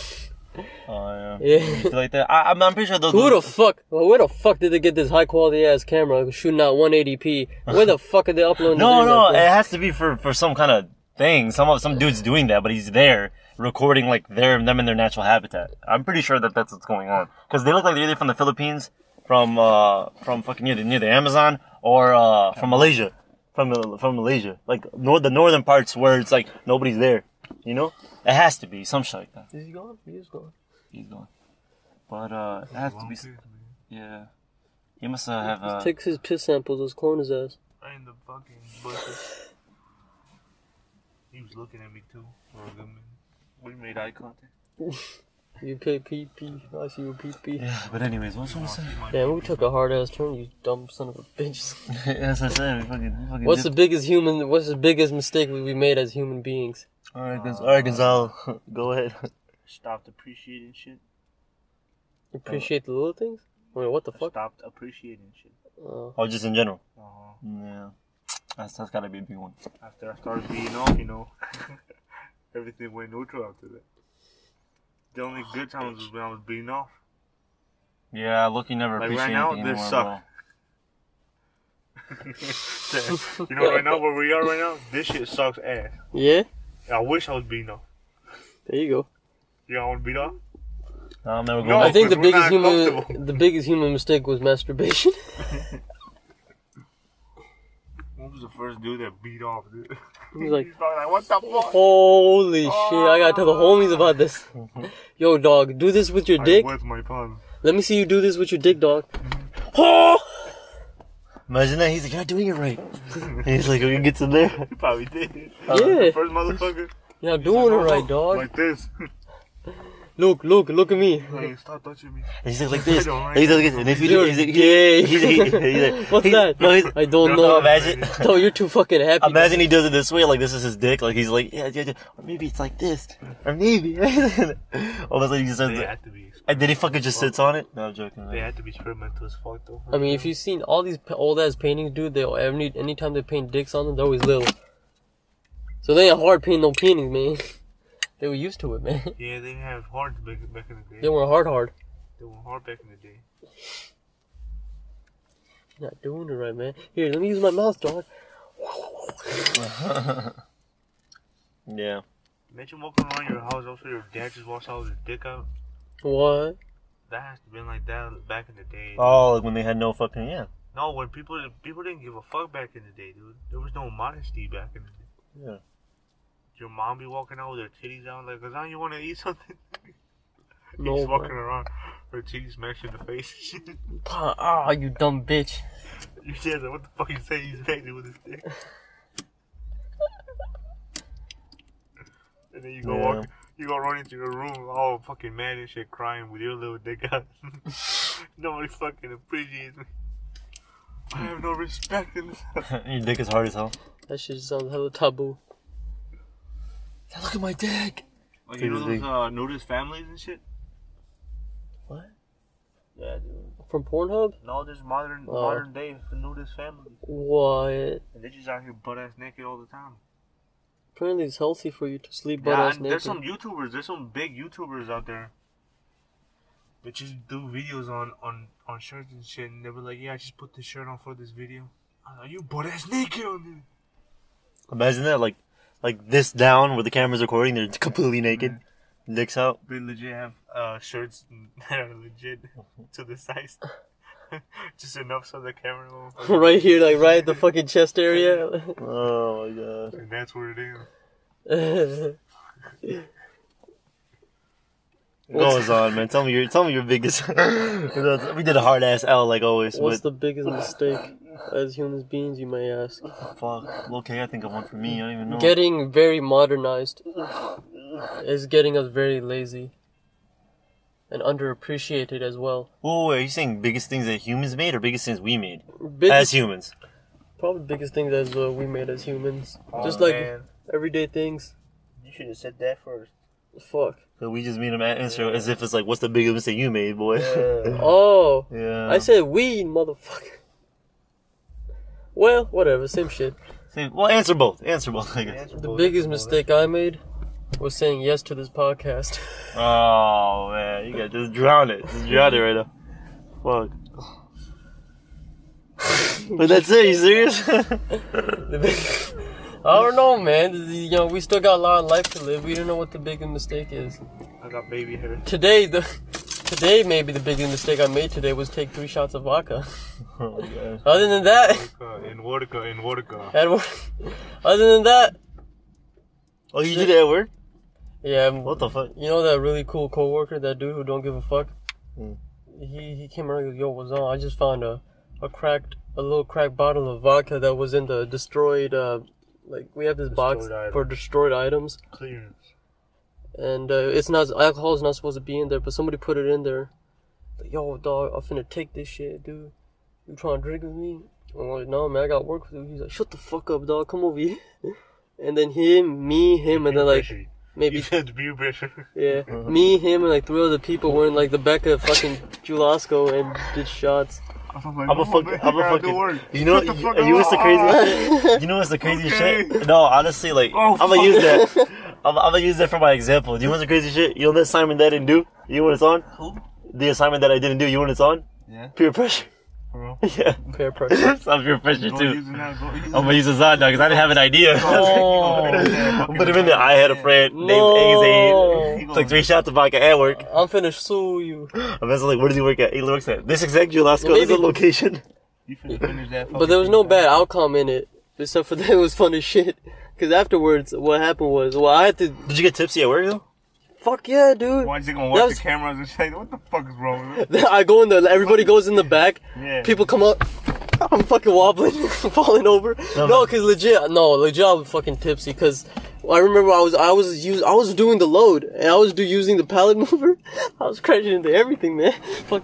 Speaker 2: Oh, yeah.
Speaker 3: yeah.
Speaker 2: Shit like that. I, I'm, I'm pretty sure those.
Speaker 3: Who the fuck? Well, where the fuck did they get this high quality ass camera shooting at 180p? Where the fuck are they uploading?
Speaker 2: no,
Speaker 3: the video
Speaker 2: no,
Speaker 3: from?
Speaker 2: it has to be for for some kind of thing. Some of some dude's doing that, but he's there recording like their them in their natural habitat. I'm pretty sure that that's what's going on because they look like they're either from the Philippines, from uh from fucking near the near the Amazon, or uh from Malaysia, from uh, from Malaysia, like nor the northern parts where it's like nobody's there. You know, it has to be some shit like that.
Speaker 3: Is he gone? He is gone.
Speaker 2: He's going, but uh, it has to be.
Speaker 4: Like,
Speaker 2: Yeah, he must uh, have. Uh,
Speaker 3: Takes his piss samples. Let's clone his ass.
Speaker 4: I in the fucking bushes. he was looking at me too for a good minute. We made eye contact.
Speaker 3: You pay pee pee. I see you pee pee.
Speaker 2: yeah, but anyways, what was I gonna say?
Speaker 3: Damn, we took a hard ass turn, you dumb son of a bitch.
Speaker 2: As I said, we fucking, we fucking
Speaker 3: What's
Speaker 2: did-
Speaker 3: the biggest human? What's the biggest mistake we we made as human beings?
Speaker 2: All right, Gonz- all right, Gonzalo, go ahead.
Speaker 4: Stopped appreciating shit.
Speaker 2: Oh.
Speaker 3: Appreciate the little things. Wait, what the fuck?
Speaker 4: Stopped appreciating shit.
Speaker 3: Oh,
Speaker 2: Oh, just in general.
Speaker 4: Uh huh.
Speaker 2: Yeah. That's, that's gotta be a big one.
Speaker 4: After I started being off, you know, everything went neutral after that. The only good times was when I was beating off.
Speaker 2: Yeah, look, you never
Speaker 4: Like, right
Speaker 2: appreciate
Speaker 4: now,
Speaker 2: anything
Speaker 4: this
Speaker 2: anymore, bro.
Speaker 4: suck. you know, right now where we are right now, this shit sucks ass.
Speaker 3: Yeah,
Speaker 4: I wish I was beating off.
Speaker 3: there you go.
Speaker 4: You all want to beat off?
Speaker 2: I'll never go
Speaker 4: No.
Speaker 2: back.
Speaker 3: I think the
Speaker 4: but we're
Speaker 3: biggest
Speaker 4: not
Speaker 3: human,
Speaker 4: comfortable.
Speaker 3: the biggest human mistake was masturbation.
Speaker 4: When was the first dude that beat off, dude?
Speaker 3: He's like,
Speaker 4: He's probably like, what the fuck?
Speaker 3: holy shit! I gotta tell the homies about this. Yo, dog, do this with your dick.
Speaker 4: What's my pun?
Speaker 3: Let me see you do this with your dick, dog. Oh!
Speaker 2: Imagine that. He's like, you're not doing it right. he's like, we can get to there.
Speaker 4: He probably did.
Speaker 3: Yeah,
Speaker 4: First motherfucker.
Speaker 3: you're not doing it
Speaker 2: "Oh,
Speaker 3: right, dog.
Speaker 4: Like this.
Speaker 3: Look, look, look at me.
Speaker 4: Like, stop touching me.
Speaker 2: And he's like, like this.
Speaker 4: I don't
Speaker 2: And
Speaker 4: like
Speaker 2: he's like, this. And if you do,
Speaker 3: You're
Speaker 2: he's like,
Speaker 3: gay.
Speaker 2: He's, he's, he's, like-
Speaker 3: What's
Speaker 2: he's-
Speaker 3: that?
Speaker 2: No, he's,
Speaker 3: I don't
Speaker 2: no,
Speaker 3: know.
Speaker 2: imagine.
Speaker 3: No, you're too fucking happy.
Speaker 2: Imagine he does it this way, like this is his dick, like he's like, yeah, yeah, yeah. or maybe it's like this, or maybe. All of a sudden he just says,
Speaker 4: They
Speaker 2: that.
Speaker 4: had to be.
Speaker 2: and then he fucking just sits on it. No, I'm joking.
Speaker 4: They had to be experimental as fuck though.
Speaker 3: I mean, if you've seen all these old ass paintings, dude, they every anytime they paint dicks on them, they're always little. So they ain't hard painting no paintings, man. They were used to it, man.
Speaker 4: Yeah, they didn't have hearts back, back in the day.
Speaker 3: They were hard, hard.
Speaker 4: They were hard back in the day.
Speaker 3: You're not doing it right, man. Here, let me use my mouth, dog.
Speaker 2: Yeah.
Speaker 4: Imagine walking around your house, also your dad just walks out with his dick out.
Speaker 3: What?
Speaker 4: That has to been like that back in the day.
Speaker 2: Oh, like when they had no fucking yeah.
Speaker 4: No, when people people didn't give a fuck back in the day, dude. There was no modesty back in the day.
Speaker 2: Yeah.
Speaker 4: Your mom be walking out with her titties out like, "Lasagna, you want to eat something?"
Speaker 3: No,
Speaker 4: He's walking
Speaker 3: bro.
Speaker 4: around, her titties smashed in the face.
Speaker 3: Pah, Ah, you dumb bitch.
Speaker 4: Your dad's like, "What the fuck you say? He's smashing with his dick." and then you go
Speaker 2: Yeah.
Speaker 4: walk, you go run into your room, all fucking mad and shit, crying with your little dick out. Nobody fucking appreciates me. I have no respect in this. house.
Speaker 2: Your dick is hard as hell.
Speaker 3: That shit sounds hella taboo.
Speaker 2: Look at my dick.
Speaker 4: Like, you know
Speaker 2: Seriously.
Speaker 4: those uh, nudist families and shit.
Speaker 3: What?
Speaker 4: Yeah, dude.
Speaker 3: From Pornhub?
Speaker 4: No, there's modern
Speaker 3: Oh.
Speaker 4: modern day nudist families.
Speaker 3: What?
Speaker 4: And they're just out here butt ass naked all the time.
Speaker 3: Apparently, it's healthy for you to sleep butt
Speaker 4: Yeah,
Speaker 3: ass
Speaker 4: and there's
Speaker 3: naked.
Speaker 4: some YouTubers. There's some big YouTubers out there that just do videos on on on shirts and shit, and they were like, "Yeah, I just put this shirt on for this video." I Are you butt ass naked on
Speaker 2: Imagine that, like, like this down where the camera's recording, they're completely naked, dicks out.
Speaker 4: this? They legit have uh shirts that are legit to the size, just enough so the camera won't.
Speaker 3: right here, like right at the fucking chest area.
Speaker 2: Oh my god.
Speaker 4: And that's where it is.
Speaker 3: What's
Speaker 2: Goes on, man. Tell me your, tell me your biggest. we did a hard ass L like always. but
Speaker 3: the biggest mistake as humans beings, you may ask?
Speaker 2: fuck? Okay, I think of one for me. I don't even know.
Speaker 3: Getting very modernized is getting us very lazy and underappreciated as well.
Speaker 2: Whoa, wait, are you saying biggest things that humans made or biggest things we made as
Speaker 3: Biggest,
Speaker 2: humans?
Speaker 3: probably biggest thing that uh, we made as humans, just
Speaker 4: Oh,
Speaker 3: like
Speaker 4: man.
Speaker 3: everyday things.
Speaker 4: you should have said that first.
Speaker 3: Fuck.
Speaker 2: So we just made them answer as if it's like, what's the biggest mistake you made, boy? Yeah.
Speaker 3: Oh, I said we, motherfucker. Well, whatever, same shit.
Speaker 2: Say- well, answer both. Answer both. I guess.
Speaker 4: Answer
Speaker 3: The
Speaker 4: both.
Speaker 3: biggest mistake I made was saying yes to this podcast.
Speaker 2: Oh man, you gotta just drown it. Just drown it right now. Fuck. but that's it. You serious?
Speaker 3: The big- I don't know, man. This is- You know, we still got a lot of life to live. We don't know what the biggest mistake is.
Speaker 4: I got baby hair.
Speaker 3: Today, the today maybe the biggest mistake I made today was take three shots of vodka.
Speaker 2: oh my god.
Speaker 3: Other than that,
Speaker 4: Uh, In Wodka, in Wodka.
Speaker 3: and other than that,
Speaker 2: Oh, you did it at work?
Speaker 3: yeah.
Speaker 2: What the fuck?
Speaker 3: You know that really cool coworker, that dude who don't give a fuck.
Speaker 2: Hmm.
Speaker 3: He he came around. and goes, Yo, what's on? I just found a a cracked a little cracked bottle of vodka that was in the destroyed. Uh, like we have this box
Speaker 4: Destroyed items.
Speaker 3: for destroyed items.
Speaker 4: Clearance.
Speaker 3: and uh, it's not alcohol's not supposed to be in there, but somebody put it in there. Like, Yo, dog, I'm finna take this shit, dude. You trying to drink with me? I'm like, no, man, I got work to do. He's like, shut the fuck up, dog. Come over here. and then him, me, him, and then like
Speaker 4: You
Speaker 3: maybe
Speaker 4: said beer pressure.
Speaker 3: yeah, me, him, and like three other people were in like the back of fucking Julasco and did shots.
Speaker 1: I was like,
Speaker 2: I'm a
Speaker 1: "Mama,
Speaker 2: fuck.
Speaker 1: bitch,
Speaker 2: I'm
Speaker 1: I
Speaker 2: a
Speaker 1: gotta do
Speaker 2: fucking.
Speaker 1: work."
Speaker 2: You know.
Speaker 1: Shut the
Speaker 2: You,
Speaker 1: fuck
Speaker 2: you know what's the
Speaker 1: up.
Speaker 2: craziest shit? You know what's the craziest
Speaker 1: Okay.
Speaker 2: shit? No, honestly, like
Speaker 1: Oh,
Speaker 2: I'm gonna
Speaker 1: fuck.
Speaker 2: use that. I'm, I'm gonna use that for my example. Do you know what's the crazy shit? You know the assignment that I didn't do. You know what it's on?
Speaker 1: Who?
Speaker 2: The assignment that I didn't do. You know what it's on?
Speaker 1: Yeah,
Speaker 2: Peer pressure.
Speaker 1: bro.
Speaker 2: yeah,
Speaker 3: Peer pressure.
Speaker 2: it's on peer pressure
Speaker 1: Go
Speaker 2: too.
Speaker 1: using that. Go using
Speaker 2: I'm gonna use Oh, a Zod because I didn't have an idea.
Speaker 3: Oh.
Speaker 2: Put him in there. I had a friend named
Speaker 3: No.
Speaker 2: AZ. Took three shots to back at work.
Speaker 3: I'm finna sue you.
Speaker 2: I'm basically like, where does he work at? He works at this exact Julasco. This is the
Speaker 3: Maybe-
Speaker 2: location.
Speaker 1: You finna finish that.
Speaker 3: But there was no bad outcome in it, except for that it was fun as shit. Cause afterwards, what happened was, well, I had to.
Speaker 2: Did you get tipsy at work though?
Speaker 3: Fuck yeah, dude.
Speaker 1: Why is he gonna
Speaker 3: That
Speaker 1: watch
Speaker 3: was-
Speaker 1: the cameras and say, "What the fuck is wrong with it?"
Speaker 3: I go in the. Everybody goes in the back.
Speaker 1: Yeah.
Speaker 3: People come up. I'm fucking wobbling, falling over. No, cause legit, no, legit, I was fucking tipsy. Cause I remember I was, I was use, I was doing the load, and I was do using the pallet mover. I was crashing into everything, man. Fuck,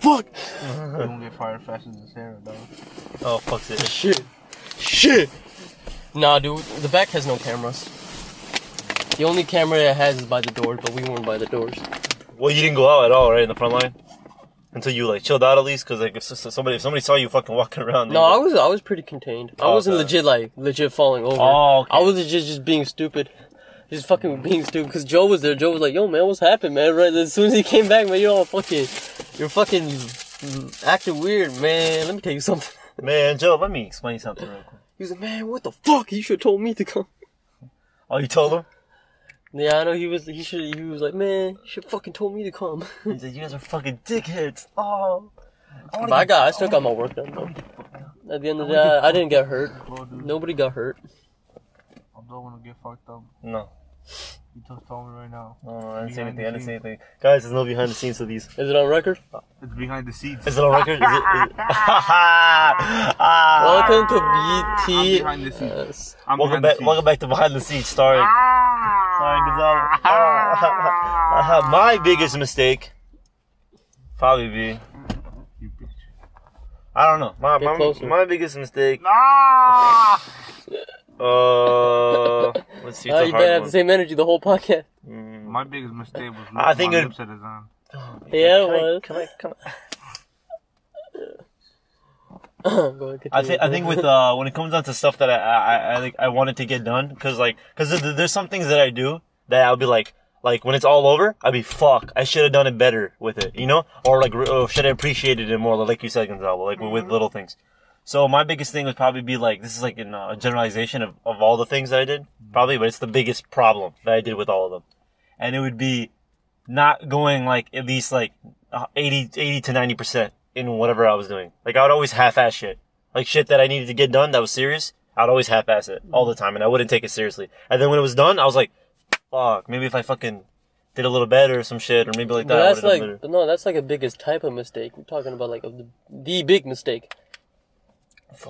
Speaker 3: fuck,
Speaker 1: You don't get fired faster than Sarah, though.
Speaker 2: Oh fuck it.
Speaker 3: shit, shit. Nah, dude, the back has no cameras. The only camera it has is by the door, but we weren't by the doors.
Speaker 2: Well, you didn't go out at all, right? In the front line, until you like chilled out at least, because like if s- s- somebody if somebody saw you fucking walking around.
Speaker 3: No, I was I was pretty contained. I
Speaker 2: Oh,
Speaker 3: wasn't
Speaker 2: okay.
Speaker 3: legit like legit falling over.
Speaker 2: Oh, okay.
Speaker 3: I was legit just being stupid. Just fucking being stupid because Joe was there. Joe was like, "Yo, man, what's happened, man?" Right as soon as he came back, man, you're all fucking, you're fucking acting weird, man. Let me tell you something.
Speaker 2: man, Joe, let me explain something real quick.
Speaker 3: He was like, "Man, what the fuck? You should have told me to come."
Speaker 2: Oh, you told him?
Speaker 3: Yeah, I know he was. He should. He was like, "Man, you should fucking told me to come."
Speaker 2: He said, "You guys are fucking dickheads." Oh,
Speaker 3: but I got. I still got my work done. Though. At the end of the day, I, I didn't get hurt.
Speaker 1: Bro, dude,
Speaker 3: Nobody got hurt.
Speaker 1: I don't wanna get fucked up.
Speaker 2: no,
Speaker 1: You just told me right now.
Speaker 2: no, no, I didn't say
Speaker 1: Behind
Speaker 2: anything. I
Speaker 1: the
Speaker 2: didn't say anything. Guys, there's no behind the scenes to these.
Speaker 3: Is it on record?
Speaker 1: It's behind the seats.
Speaker 2: Is it on record? Is it, is it... Ah.
Speaker 3: Welcome to
Speaker 1: I'm
Speaker 3: BT.
Speaker 1: behind the scenes.
Speaker 3: uh, s-
Speaker 1: I'm
Speaker 2: Welcome
Speaker 1: behind the
Speaker 2: back.
Speaker 1: scenes.
Speaker 2: Welcome back to Behind the Scenes, starring starring Gonzalo. Ah. My biggest mistake, probably be
Speaker 1: You bitch.
Speaker 2: I don't know. My
Speaker 3: Get
Speaker 2: my,
Speaker 3: closer.
Speaker 2: my biggest mistake.
Speaker 1: Ah!
Speaker 2: Uh, let's see. It's
Speaker 3: Uh,
Speaker 2: a
Speaker 3: you
Speaker 2: hard
Speaker 3: better have the
Speaker 2: one.
Speaker 3: same energy the whole podcast.
Speaker 2: Mm.
Speaker 1: My biggest mistake was looking
Speaker 2: I think
Speaker 1: my
Speaker 2: it-
Speaker 1: lips at his arm.
Speaker 3: Yeah, it
Speaker 2: Can I-
Speaker 3: was.
Speaker 2: Can I? Can I?
Speaker 3: Go ahead,
Speaker 2: I
Speaker 3: continue.
Speaker 2: think I think with uh when it comes down to stuff that I I I, I like I wanted to get done because like because there's, there's some things that I do that I'll be like like when it's all over I'll be fuck I should have done it better with it you know or like re- or should have appreciated it more like you said Gonzalo like with, with little things. So my biggest thing would probably be like this is like in a generalization of, of all the things that I did probably but it's the biggest problem that I did with all of them and it would be not going like at least like uh, 80, 80 to 90% in whatever I was doing. Like I would always half-ass shit. Like shit that I needed to get done that was serious, I'd always half-ass it all the time and I wouldn't take it seriously. And then when it was done, I was like, fuck, maybe if I fucking did a little better or some shit or maybe like that.
Speaker 3: But
Speaker 2: I
Speaker 3: that's
Speaker 2: would've done
Speaker 3: like
Speaker 2: better.
Speaker 3: but no, that's like a biggest type of mistake. We're talking about like a, the big mistake.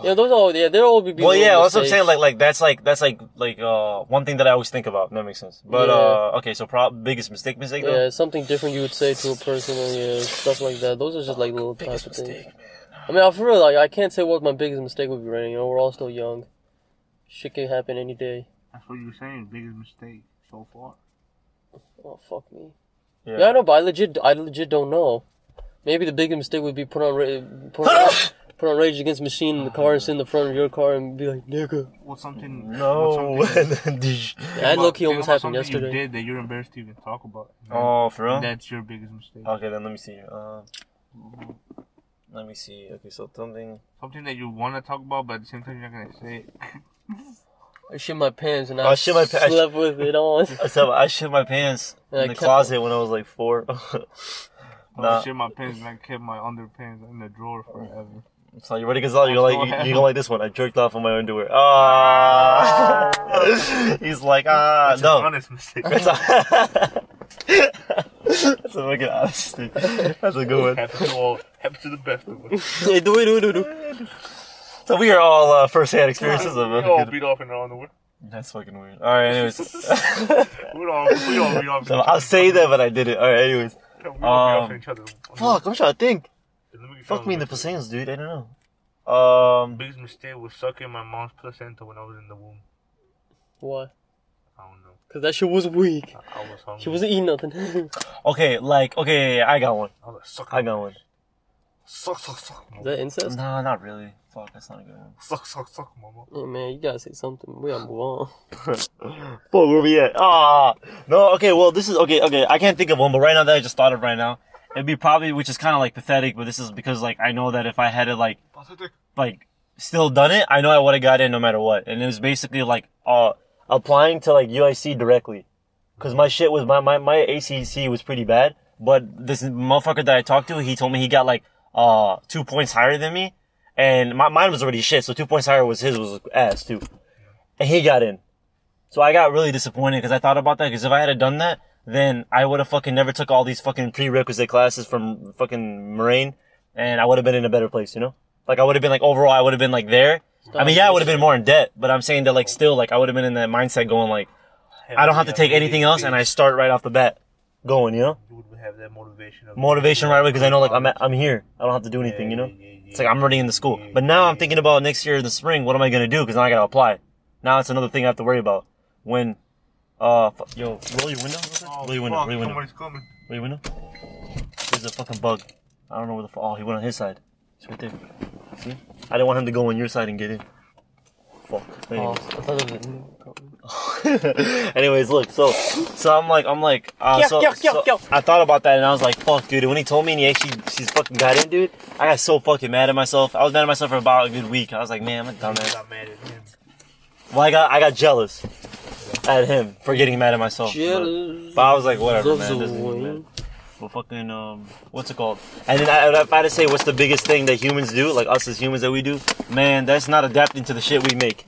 Speaker 3: Yeah, those all yeah, they're all be.
Speaker 2: well, yeah,
Speaker 3: little
Speaker 2: that's what I'm saying.
Speaker 3: mistakes.
Speaker 2: Like, like that's like that's like like uh one thing that I always think about. That makes sense. But
Speaker 3: Yeah.
Speaker 2: uh okay, so pro- biggest mistake, mistake though.
Speaker 3: yeah, something different you would say to a person and yeah, stuff like that. Those are just like little types of things. I mean, I for real, like I can't say what my biggest mistake would be. Right, now. you know, we're all still young. Shit can happen any day.
Speaker 1: That's what you were saying. Biggest mistake so far.
Speaker 3: Oh fuck me.
Speaker 2: Yeah.
Speaker 3: Yeah, I know, but I legit, I legit don't know. Maybe the biggest mistake would be put on, Ra- put on, put on Rage Against the Machine in the car and sit in the front of your car and be like, nigga.
Speaker 1: What's something?
Speaker 2: No.
Speaker 1: what's something-
Speaker 3: That
Speaker 1: Well,
Speaker 3: low-key
Speaker 1: think
Speaker 3: almost
Speaker 1: about
Speaker 3: happened
Speaker 1: something You
Speaker 3: yesterday. Uh-huh.
Speaker 1: did that you're embarrassed to even talk about.
Speaker 2: oh, for real?
Speaker 1: That's your biggest mistake.
Speaker 2: Okay, then let me see. Uh, let me see. Okay, so something.
Speaker 1: Something that you want to talk about, but at the same time you're not gonna say it.
Speaker 3: I shit my pants and
Speaker 2: Oh,
Speaker 3: I,
Speaker 2: I shit my pa- I sh-
Speaker 3: slept with it on.
Speaker 2: So I shit my pants
Speaker 3: Yeah, I
Speaker 2: in the
Speaker 3: kept-
Speaker 2: closet when I Oh, was like four.
Speaker 1: I
Speaker 2: Nah.
Speaker 1: shit my pants and I kept my underpants in the drawer forever.
Speaker 2: so you ready, Gonzalo? You're like you, you gonna like this one. I jerked off on my underwear. Ah. He's like ah
Speaker 4: That's an
Speaker 2: no.
Speaker 4: honest mistake.
Speaker 2: That's a, that's a fucking honest thing. That's a good one.
Speaker 4: happens to all. Happens to the best of us.
Speaker 3: Hey, do it, do it, do it, do it.
Speaker 2: So we are all uh, first-hand experiences of
Speaker 4: we all
Speaker 2: it.
Speaker 4: beat off in our underwear.
Speaker 2: That's fucking weird. All right, anyways. so
Speaker 4: We all we all beat off. in each
Speaker 2: I'll
Speaker 4: other's-
Speaker 2: say that, but I did it. All right, anyways.
Speaker 4: We all beat off
Speaker 2: um,
Speaker 4: in each other.
Speaker 2: Fuck, I'm trying to think.
Speaker 4: Let me tell
Speaker 2: Fuck me in
Speaker 4: you
Speaker 2: the
Speaker 4: this.
Speaker 2: placinas, dude. I don't know. Um,
Speaker 4: Biggest mistake was sucking my mom's placenta when I was in the womb.
Speaker 3: Why?
Speaker 4: I don't know.
Speaker 3: Because that shit was weak.
Speaker 4: I, I was hungry.
Speaker 3: She wasn't eating nothing.
Speaker 2: okay, like, okay, I got one.
Speaker 4: I was like, suck
Speaker 2: I
Speaker 4: my
Speaker 2: got one.
Speaker 4: bitch. Suck, suck, suck,
Speaker 3: Is
Speaker 4: mama.
Speaker 3: that incest?
Speaker 2: No, not really. Fuck, that's not a good one.
Speaker 4: Suck, suck, suck, mama.
Speaker 3: Yeah, man, you gotta say something. We gotta move on.
Speaker 2: Fuck, where we at? Ah, no. Okay, well, this is okay. Okay, I can't think of one, but right now that I just thought of right now, it'd be probably which is kind of like pathetic, but this is because like I know that if I had to like
Speaker 4: Pass the dick.
Speaker 2: like still done it, I know I would have got in no matter what. And it was basically like uh applying to like UIC directly, because my shit was my my my ACC was pretty bad. But this motherfucker that I talked to, he told me he got like uh two points higher than me, and my mine was already shit, so two points higher was his was ass too, and he got in. So I got really disappointed because I thought about that. Because if I had have done that, then I would have fucking never took all these fucking prerequisite classes from fucking Moraine, and I would have been in a better place, you know. Like I would have been like overall, I would have been like there. I mean, yeah, I would have been more in debt, but I'm saying that like still, like I would have been in that mindset going like, I don't have to
Speaker 4: Yeah,
Speaker 2: take anything else, and I start right off the bat, going, you know,
Speaker 4: You would have that motivation. Of
Speaker 2: motivation right away because I know like I'm at, I'm here, I don't have to do anything, you know. It's like I'm already in the school, but now I'm thinking about next year in the spring, what am I gonna do? Because now I gotta apply. Now it's another thing I have to worry about. When, uh, fu- yo, roll your window, real quick.
Speaker 4: Oh,
Speaker 2: roll your window,
Speaker 4: fuck,
Speaker 2: roll your window, roll
Speaker 4: somebody's coming.
Speaker 2: your window. There's a fucking bug. I don't know where the fu- oh he went on his side. He's right there. See, I didn't want him to go on your side and get in. Fuck.
Speaker 3: Oh, I
Speaker 2: Anyways.
Speaker 3: thought of it.
Speaker 2: Anyways, look, so so I'm like I'm like uh,
Speaker 3: Yo,
Speaker 2: so,
Speaker 3: yo, yo,
Speaker 2: so
Speaker 3: yo.
Speaker 2: I thought about that and I was like, fuck, dude. And when he told me and he actually she's fucking got in, dude, I got so fucking mad at myself. I was mad at myself for about a good week. I was like, man, I'm a
Speaker 4: I
Speaker 2: dumbass.
Speaker 4: got mad at him.
Speaker 2: Well, I got I got jealous at him for getting mad at myself.
Speaker 3: Jealous.
Speaker 2: But I was like, whatever,
Speaker 3: of
Speaker 2: man.
Speaker 3: the
Speaker 2: doesn't even matter.
Speaker 3: wind.
Speaker 2: But fucking um, what's it called? And then I, if I had to say, what's the biggest thing that humans do, like us as humans that we do, man, that's not adapting to the shit we make.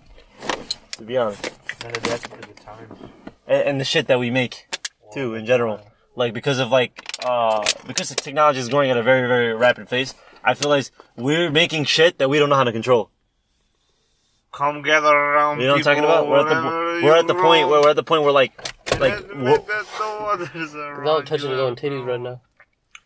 Speaker 2: To be honest.
Speaker 4: Not adapted to the times.
Speaker 2: and, and the shit that we make too in general like because of like uh because the technology is going at a very very rapid pace i feel like we're making shit that we don't know how to control
Speaker 4: Come gather around.
Speaker 2: you know what i'm
Speaker 4: people,
Speaker 2: talking about we're at
Speaker 4: whatever
Speaker 2: the we're at the
Speaker 4: you
Speaker 2: point where
Speaker 4: roll.
Speaker 2: we're at the point where like like
Speaker 4: Let-
Speaker 2: wo-
Speaker 4: let the others around
Speaker 3: Without touching
Speaker 4: you
Speaker 3: his own
Speaker 4: down.
Speaker 3: titties right now.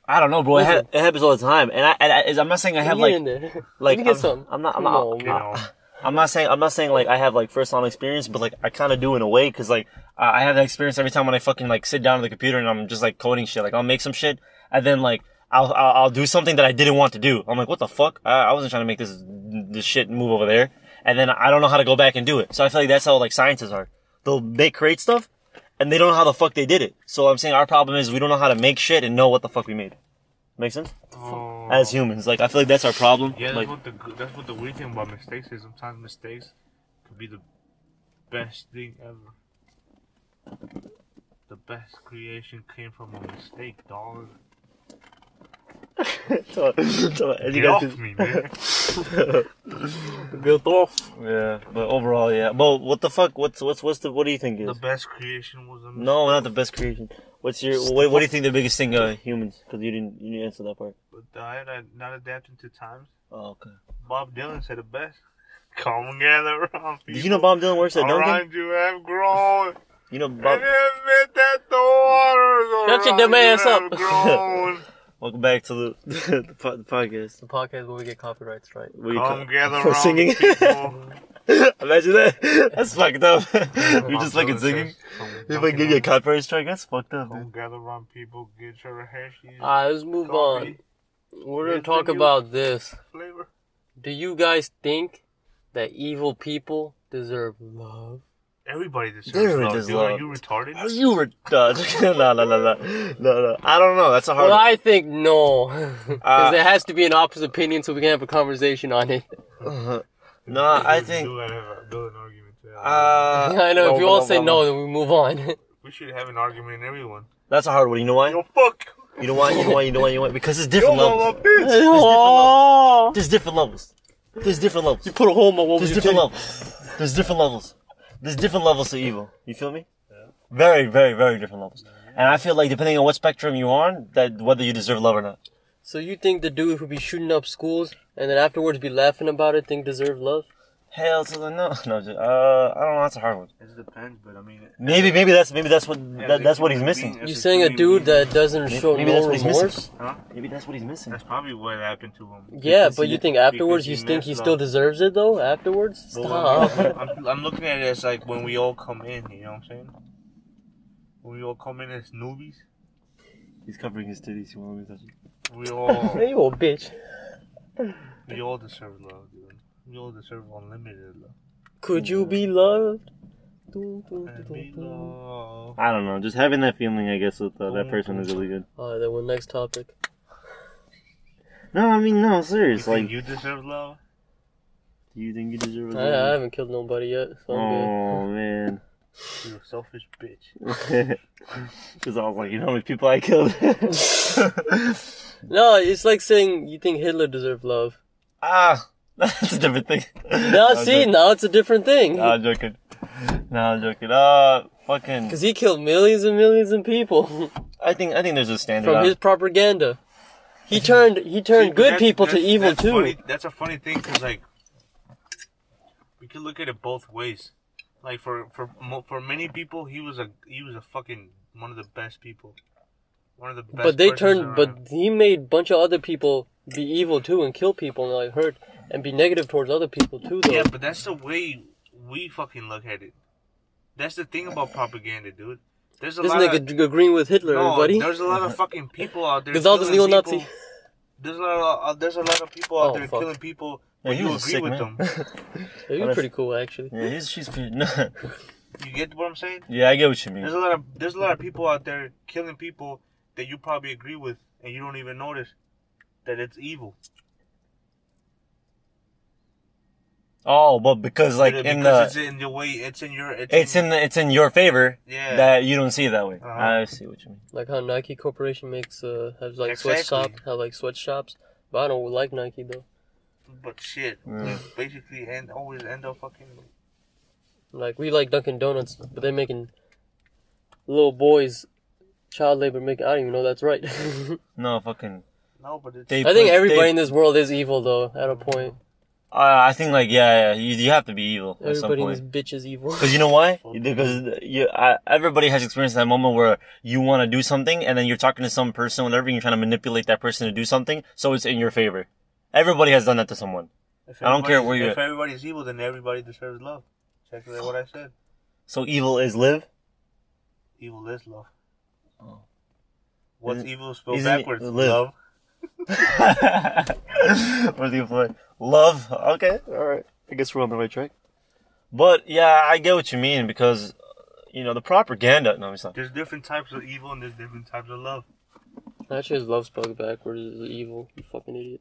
Speaker 2: i don't know bro it, ha- it happens all the time and i and I, is- i'm not saying i have
Speaker 3: Get
Speaker 2: like
Speaker 3: in there.
Speaker 2: like
Speaker 3: Let me get
Speaker 2: I'm,
Speaker 3: some.
Speaker 2: I'm not I'm
Speaker 3: Come
Speaker 2: not,
Speaker 3: on,
Speaker 2: I'm
Speaker 4: You
Speaker 2: not-
Speaker 4: know,
Speaker 2: I'm not saying I'm not saying like I have like first hand experience, but like I kind of do in a way because like I I have that experience every time when I fucking like sit down at the computer and I'm just like coding shit. Like I'll make some shit and then like I'll I'll, I'll do something that I didn't want to do. I'm like, what the fuck? I, I wasn't trying to make this this shit move over there, and then I don't know how to go back and do it. So I feel like that's how like scientists are. They'll they create stuff and they don't know how the fuck they did it. So I'm saying our problem is we don't know how to make shit and know what the fuck we made. Make sense?
Speaker 4: oh.
Speaker 2: As humans, like I feel like that's our problem.
Speaker 4: Yeah, that's
Speaker 2: like,
Speaker 4: what the good- that's what the weird thing about mistakes is. Sometimes mistakes could be the best thing ever. The best creation came from a mistake, dog.
Speaker 2: so, so- and you
Speaker 4: Get
Speaker 2: guys
Speaker 4: off
Speaker 2: can-
Speaker 4: me, man.
Speaker 3: Get off.
Speaker 2: Yeah, but overall, yeah. Well, what the fuck? What's what's what's the? What do you think
Speaker 4: the
Speaker 2: is?
Speaker 4: best creation was a mistake.
Speaker 2: No, not the best creation. What's your? What, what do you think the biggest thing? Uh, humans, because you didn't you didn't answer that part.
Speaker 4: But died at not adapting to times.
Speaker 2: Oh, okay.
Speaker 4: Bob Dylan said it best. Come gather around people.
Speaker 2: Did you know Bob Dylan works at Dunkin'?
Speaker 4: Around you have grown.
Speaker 2: You know Bob.
Speaker 4: And admit that the waters
Speaker 3: Shut your
Speaker 4: around
Speaker 3: dumb
Speaker 4: you
Speaker 3: ass
Speaker 4: have
Speaker 3: up.
Speaker 4: grown.
Speaker 2: Welcome back to the the, po- the podcast.
Speaker 3: The podcast where we get copyrights right.
Speaker 2: What do you call
Speaker 4: Come
Speaker 2: it?
Speaker 4: gather
Speaker 2: For
Speaker 4: around
Speaker 2: singing.
Speaker 4: people.
Speaker 2: Imagine that. That's fucked up. You're just
Speaker 4: Bob
Speaker 2: fucking
Speaker 4: Dylan
Speaker 2: singing.
Speaker 4: says, "Come
Speaker 2: If I
Speaker 4: gather
Speaker 2: give you a
Speaker 4: around-
Speaker 2: copyright strike, that's fucked up.
Speaker 4: Come
Speaker 2: Dude.
Speaker 4: gather around people, get your Hershey's
Speaker 2: Ah,
Speaker 3: Alright, let's move on.
Speaker 4: coffee
Speaker 3: We're gonna
Speaker 4: Here's the
Speaker 3: talk
Speaker 4: new-
Speaker 3: about this.
Speaker 4: flavor.
Speaker 3: Do you guys think that evil people deserve love?
Speaker 4: Everybody deserves
Speaker 2: Everybody
Speaker 4: love.
Speaker 2: does
Speaker 4: dude. Are
Speaker 2: love.
Speaker 4: you retarded?
Speaker 2: Are you were no, no, no, no, no, no. I don't know. That's a hard.
Speaker 3: Well, I think no, because
Speaker 2: Uh,
Speaker 3: there has to be an opposite opinion so we can have a conversation on it.
Speaker 2: no, Uh, I think.
Speaker 4: Do I have a, build an argument to that?
Speaker 2: Uh,
Speaker 3: I know if you
Speaker 2: no,
Speaker 3: all
Speaker 2: no,
Speaker 3: say
Speaker 2: no,
Speaker 3: no, then we move on.
Speaker 4: we should have an argument in everyone.
Speaker 2: That's a hard one. You know why?
Speaker 4: Yo, fuck!
Speaker 2: You know why? You know why? You know why? You know why? Because it's
Speaker 4: Yo,
Speaker 2: different
Speaker 4: mama,
Speaker 2: levels.
Speaker 4: bitch!
Speaker 3: oh,
Speaker 2: There's different levels. There's different levels.
Speaker 3: you put a hole in my what was
Speaker 2: There's
Speaker 3: your
Speaker 2: different
Speaker 3: titty?
Speaker 2: levels. There's different levels. There's different levels to evil. You feel me? Very, very, very different levels. And I feel like depending on what spectrum you're on, that whether you deserve love or not.
Speaker 3: So you think the dude who be shooting up schools and then afterwards be laughing about it think deserve love?
Speaker 2: Hell to the no, no. just- Uh, I don't know. That's a hard one.
Speaker 4: It depends, but I mean,
Speaker 2: Maybe, maybe that's maybe that's what that,
Speaker 4: as a
Speaker 2: that's what he's
Speaker 4: human
Speaker 2: missing.
Speaker 4: being, as
Speaker 3: you saying a
Speaker 4: human
Speaker 3: dude
Speaker 4: being-
Speaker 3: that doesn't show
Speaker 2: maybe that's
Speaker 3: no
Speaker 2: what he's missing.
Speaker 3: remorse?
Speaker 4: Huh?
Speaker 2: Maybe that's what he's missing.
Speaker 4: That's probably what happened to him.
Speaker 3: Yeah,
Speaker 2: Because
Speaker 3: but
Speaker 2: he-
Speaker 3: you think afterwards you
Speaker 4: because he
Speaker 3: think he
Speaker 4: messed
Speaker 3: still
Speaker 4: up.
Speaker 3: deserves it though? Afterwards,
Speaker 4: But when-
Speaker 3: stop.
Speaker 4: I'm, I'm looking at it as like when we all come in, you know what I'm saying? When we all come in as newbies,
Speaker 2: He's covering his titties. You want me to touch it?
Speaker 4: we all
Speaker 3: you old bitch.
Speaker 4: We all deserve love, dude. We all deserve unlimited love.
Speaker 3: Could you be loved? Dun, dun, dun,
Speaker 4: And
Speaker 3: dun,
Speaker 4: be
Speaker 3: dun.
Speaker 4: loved.
Speaker 2: I don't know. Just having that feeling, I guess, with uh, that person is really good.
Speaker 3: Alright, then. Well, next topic.
Speaker 2: No, I mean, no,
Speaker 4: You
Speaker 2: serious.
Speaker 4: think
Speaker 2: Like, do
Speaker 4: you deserve love?
Speaker 2: you think you deserve
Speaker 3: I,
Speaker 4: Mm-hmm.
Speaker 3: I
Speaker 2: it?
Speaker 3: haven't killed nobody yet, so I'm good.
Speaker 2: Oh man,
Speaker 4: You're a selfish bitch.
Speaker 2: because Oh, I was like, you know how many people I killed.
Speaker 4: Mm.
Speaker 3: No, it's like saying you think Hitler deserved love.
Speaker 2: ah, that's a different thing.
Speaker 3: Now,
Speaker 2: I'm
Speaker 3: see,
Speaker 2: joking.
Speaker 3: now it's a different thing.
Speaker 2: Nah, I'm joking. Nah, I'm joking. Uh, fucking.
Speaker 3: Because he killed millions and millions of people
Speaker 2: I think I think there's a standard.
Speaker 3: from
Speaker 2: out-
Speaker 3: his propaganda. He turned he turned
Speaker 4: See,
Speaker 3: good
Speaker 4: that's-
Speaker 3: people to
Speaker 4: that's-
Speaker 3: evil
Speaker 4: that's
Speaker 3: too.
Speaker 4: funny- that's a funny thing because like we could look at it both ways. Like for for mo- for many people, he was a he was a fucking one of the best people, one of the best.
Speaker 3: but they
Speaker 4: persons
Speaker 3: turned
Speaker 4: around.
Speaker 3: but he made a bunch of other people be evil too and kill people and like hurt and be negative towards other people too though.
Speaker 4: yeah, but that's the way we fucking look at it. That's the thing about propaganda, dude. There's a
Speaker 3: this
Speaker 4: lot
Speaker 3: nigga
Speaker 4: of
Speaker 3: d- agreeing with Hitler,
Speaker 4: no,
Speaker 3: everybody.
Speaker 4: there's a lot of fucking people out there.
Speaker 3: Because all the
Speaker 4: killing
Speaker 3: neo-Nazi-
Speaker 4: people- There's a lot of uh, there's a lot of people out
Speaker 3: Oh,
Speaker 4: there
Speaker 3: fuck.
Speaker 4: killing people.
Speaker 2: Yeah,
Speaker 4: When
Speaker 2: he
Speaker 4: you
Speaker 2: was a
Speaker 4: agree
Speaker 2: sick
Speaker 4: with
Speaker 2: man.
Speaker 4: them,
Speaker 3: It'd be pretty cool actually.
Speaker 2: yeah, he's she's pretty. No.
Speaker 4: you get what I'm saying?
Speaker 2: Yeah, I get what you mean.
Speaker 4: There's a lot of there's a lot of people out there killing people that you probably agree with and you don't even notice that it's evil.
Speaker 2: Oh, but because like
Speaker 4: Because
Speaker 2: in the
Speaker 4: it's in the way it's in your it's,
Speaker 2: it's in the, it's in your favor
Speaker 4: Yeah.
Speaker 2: that you don't see it that way.
Speaker 4: Uh-huh.
Speaker 2: I see what you mean.
Speaker 3: Like how Nike Corporation makes uh has like
Speaker 4: Exactly.
Speaker 3: sweatshop have like sweatshops. But I don't like Nike though.
Speaker 4: but shit.
Speaker 2: Yeah.
Speaker 4: we Basically and always end up fucking
Speaker 3: Like we like Dunkin' Donuts, but they're making little boys child labor making I don't even know that's right.
Speaker 2: No, fucking.
Speaker 4: no but it's
Speaker 2: They
Speaker 3: I think
Speaker 2: put-
Speaker 3: everybody
Speaker 2: they-
Speaker 3: in this world is evil though, at a point.
Speaker 2: Uh, I think like yeah, yeah you, you have to be evil at some
Speaker 3: Everybody in this
Speaker 2: point.
Speaker 3: bitch is evil.
Speaker 2: Because you know why? Because you, I, everybody has experienced that moment where you want to do something, and then you're talking to some person, whatever, and you're trying to manipulate that person to do something, so it's in your favor. Everybody has done that to someone.
Speaker 4: if
Speaker 2: I don't care
Speaker 4: everybody's-
Speaker 2: where you're
Speaker 4: if
Speaker 2: at.
Speaker 4: everybody's evil then everybody deserves love. That's exactly what I said.
Speaker 2: So evil is live.
Speaker 4: Evil is love.
Speaker 3: Oh.
Speaker 4: What's
Speaker 2: Isn't-
Speaker 4: evil spelled
Speaker 2: isn't it
Speaker 4: backwards?
Speaker 2: live?
Speaker 4: Love.
Speaker 2: Where's the employee? Love. Okay, all right. I guess we're on the right track. But yeah, I get what you mean because you know the propaganda. No, it's not.
Speaker 4: There's different types of evil and there's different types of love.
Speaker 3: That shit is love spelled backwards is evil, you fucking idiot.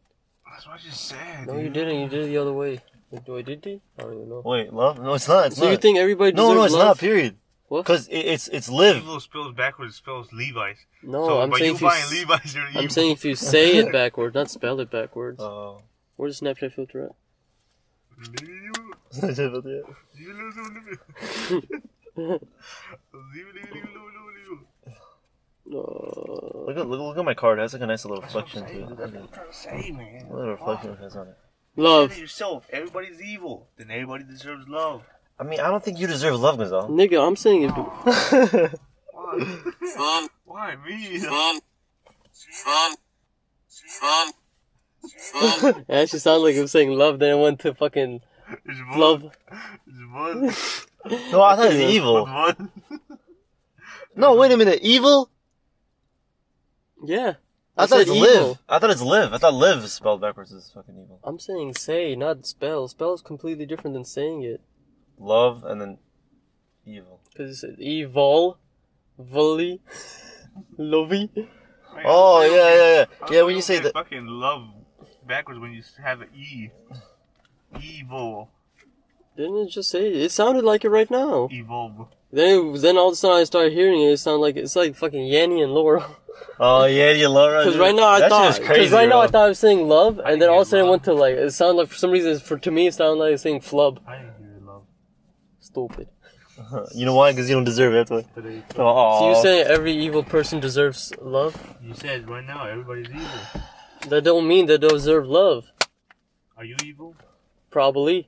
Speaker 4: That's what I just said.
Speaker 3: No you
Speaker 4: dude.
Speaker 3: didn't, you did it the other way. Do I did you? I don't even know.
Speaker 2: Wait, love? No, it's not. It's
Speaker 3: So
Speaker 2: not.
Speaker 3: you think everybody
Speaker 2: No,
Speaker 3: deserves
Speaker 2: no, it's not.
Speaker 3: love?
Speaker 2: Period.
Speaker 3: What?
Speaker 2: Because it, it's it's live.
Speaker 4: Evil spells backwards spells Levi's.
Speaker 3: No,
Speaker 4: so
Speaker 3: I'm
Speaker 4: by
Speaker 3: saying
Speaker 4: you
Speaker 3: if you
Speaker 4: buying
Speaker 3: s-
Speaker 4: Levi's, you're evil.
Speaker 3: I'm saying if you say it backwards, not spell it backwards.
Speaker 2: Oh.
Speaker 3: Where's the Snapchat filter at?
Speaker 2: Wait,
Speaker 4: That's
Speaker 3: Uh,
Speaker 2: look, at- look, look at my card. It has like a nice little reflection to it.
Speaker 4: what I'm trying to say, man.
Speaker 2: A little reflection it has on it.
Speaker 4: Love
Speaker 3: love.
Speaker 4: yourself. Everybody's evil. Then everybody deserves love.
Speaker 2: I mean, I don't think you deserve love, Gonzalo.
Speaker 3: Nigga, I'm saying it
Speaker 4: Why? Why me?
Speaker 3: It actually sounded like I'm saying love, then it went to fucking
Speaker 4: It's one.
Speaker 3: love.
Speaker 4: It's one.
Speaker 2: No, I thought it
Speaker 3: Yeah.
Speaker 2: was evil.
Speaker 4: One.
Speaker 2: No, wait a minute. Evil?
Speaker 3: Yeah.
Speaker 2: I thought
Speaker 3: It said
Speaker 2: it's
Speaker 3: evil.
Speaker 2: live. I thought it's live. I thought live is spelled backwards is fucking evil.
Speaker 3: I'm saying say, not spell. Spell is completely different than saying it.
Speaker 2: Love and then evil.
Speaker 3: Because it's evil, volley, lovey.
Speaker 2: Oh yeah, yeah, yeah.
Speaker 4: How
Speaker 2: Yeah,
Speaker 4: come
Speaker 2: when you say
Speaker 4: get
Speaker 2: that,
Speaker 4: fucking love backwards when you have an E. Evil.
Speaker 3: Didn't it just say it? It sounded like it right now.
Speaker 4: Evolve.
Speaker 3: Then, it- then all of a sudden I started hearing it. It sounded like it's like fucking Yanny and Laura.
Speaker 2: oh yeah, you Laura.
Speaker 3: Because
Speaker 2: dude.
Speaker 3: right now I
Speaker 2: That shit
Speaker 3: thought,
Speaker 2: is crazy,
Speaker 3: because right now I
Speaker 2: bro.
Speaker 3: thought I was saying love, and then
Speaker 4: didn't
Speaker 3: all of a
Speaker 4: hear
Speaker 3: sudden it
Speaker 4: love.
Speaker 3: went to like it sounded like for some reason for to me it sounded like it was saying flub.
Speaker 4: I didn't hear love.
Speaker 3: Stupid.
Speaker 2: You know why? Because you don't deserve it. That's why.
Speaker 4: But it-
Speaker 2: Oh,
Speaker 3: So you say every evil person deserves love?
Speaker 4: You said right now everybody's evil.
Speaker 3: That don't mean they don't deserve love.
Speaker 4: Are you evil?
Speaker 3: Probably.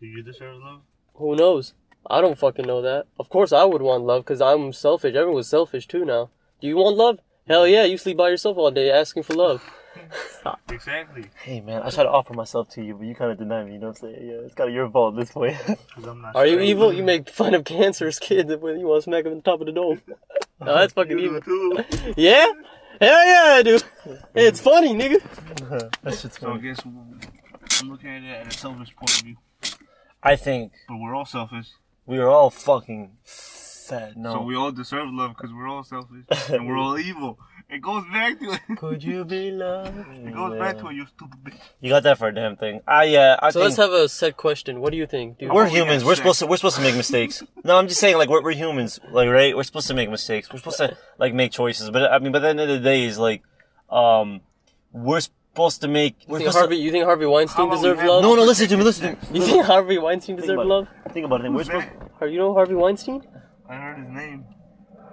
Speaker 4: Do you deserve love?
Speaker 3: Who knows? I don't fucking know that. Of course I would want love because I'm selfish. Everyone's selfish too now. Do you want love? Hell yeah, you sleep by yourself all day asking for love.
Speaker 4: Exactly.
Speaker 2: hey man, I tried to offer myself to you, but you kind of denied me. You know what I'm saying? Yeah, it's kind of your fault at this point.
Speaker 4: Because I'm not.
Speaker 3: Are you
Speaker 4: straight.
Speaker 3: evil? You make fun of cancerous kids when you want to smack them on the top of the dome. No, Oh, that's fucking
Speaker 4: You do
Speaker 3: evil.
Speaker 4: too.
Speaker 3: Yeah? Hell yeah, I do. It's funny, nigga.
Speaker 2: that shit's
Speaker 4: So I
Speaker 2: funny.
Speaker 4: guess w- I'm looking at it at a selfish point of view,
Speaker 2: I think
Speaker 4: but we're all selfish.
Speaker 2: we are all fucking fat. No.
Speaker 4: So we all deserve love because we're all selfish and we're all evil. It goes back to it.
Speaker 2: Could you be loved?
Speaker 4: It goes back to it, you stupid bitch.
Speaker 2: You got that for a damn thing. I uh, I
Speaker 3: So
Speaker 2: think
Speaker 3: let's have a set question. What do you think, dude?
Speaker 2: we're
Speaker 4: we have
Speaker 2: humans. We're
Speaker 4: sex.
Speaker 2: supposed to we're supposed to make mistakes. no, I'm just saying like we're, we're humans. Like right, we're supposed to make mistakes. We're supposed to like make choices. But I mean, but at the end of the day, is like, um, we're supposed to make. We're
Speaker 3: You think
Speaker 2: supposed to-
Speaker 3: Harvey, you think Harvey Weinstein
Speaker 4: How about we
Speaker 3: deserved
Speaker 4: have-
Speaker 3: love?
Speaker 2: no, no, listen to me. Listen to me.
Speaker 3: You think Harvey Weinstein deserved
Speaker 2: about
Speaker 3: love?
Speaker 2: it. Think about it. We're supposed.
Speaker 4: Back.
Speaker 3: Are you know Harvey Weinstein?
Speaker 4: I heard his name.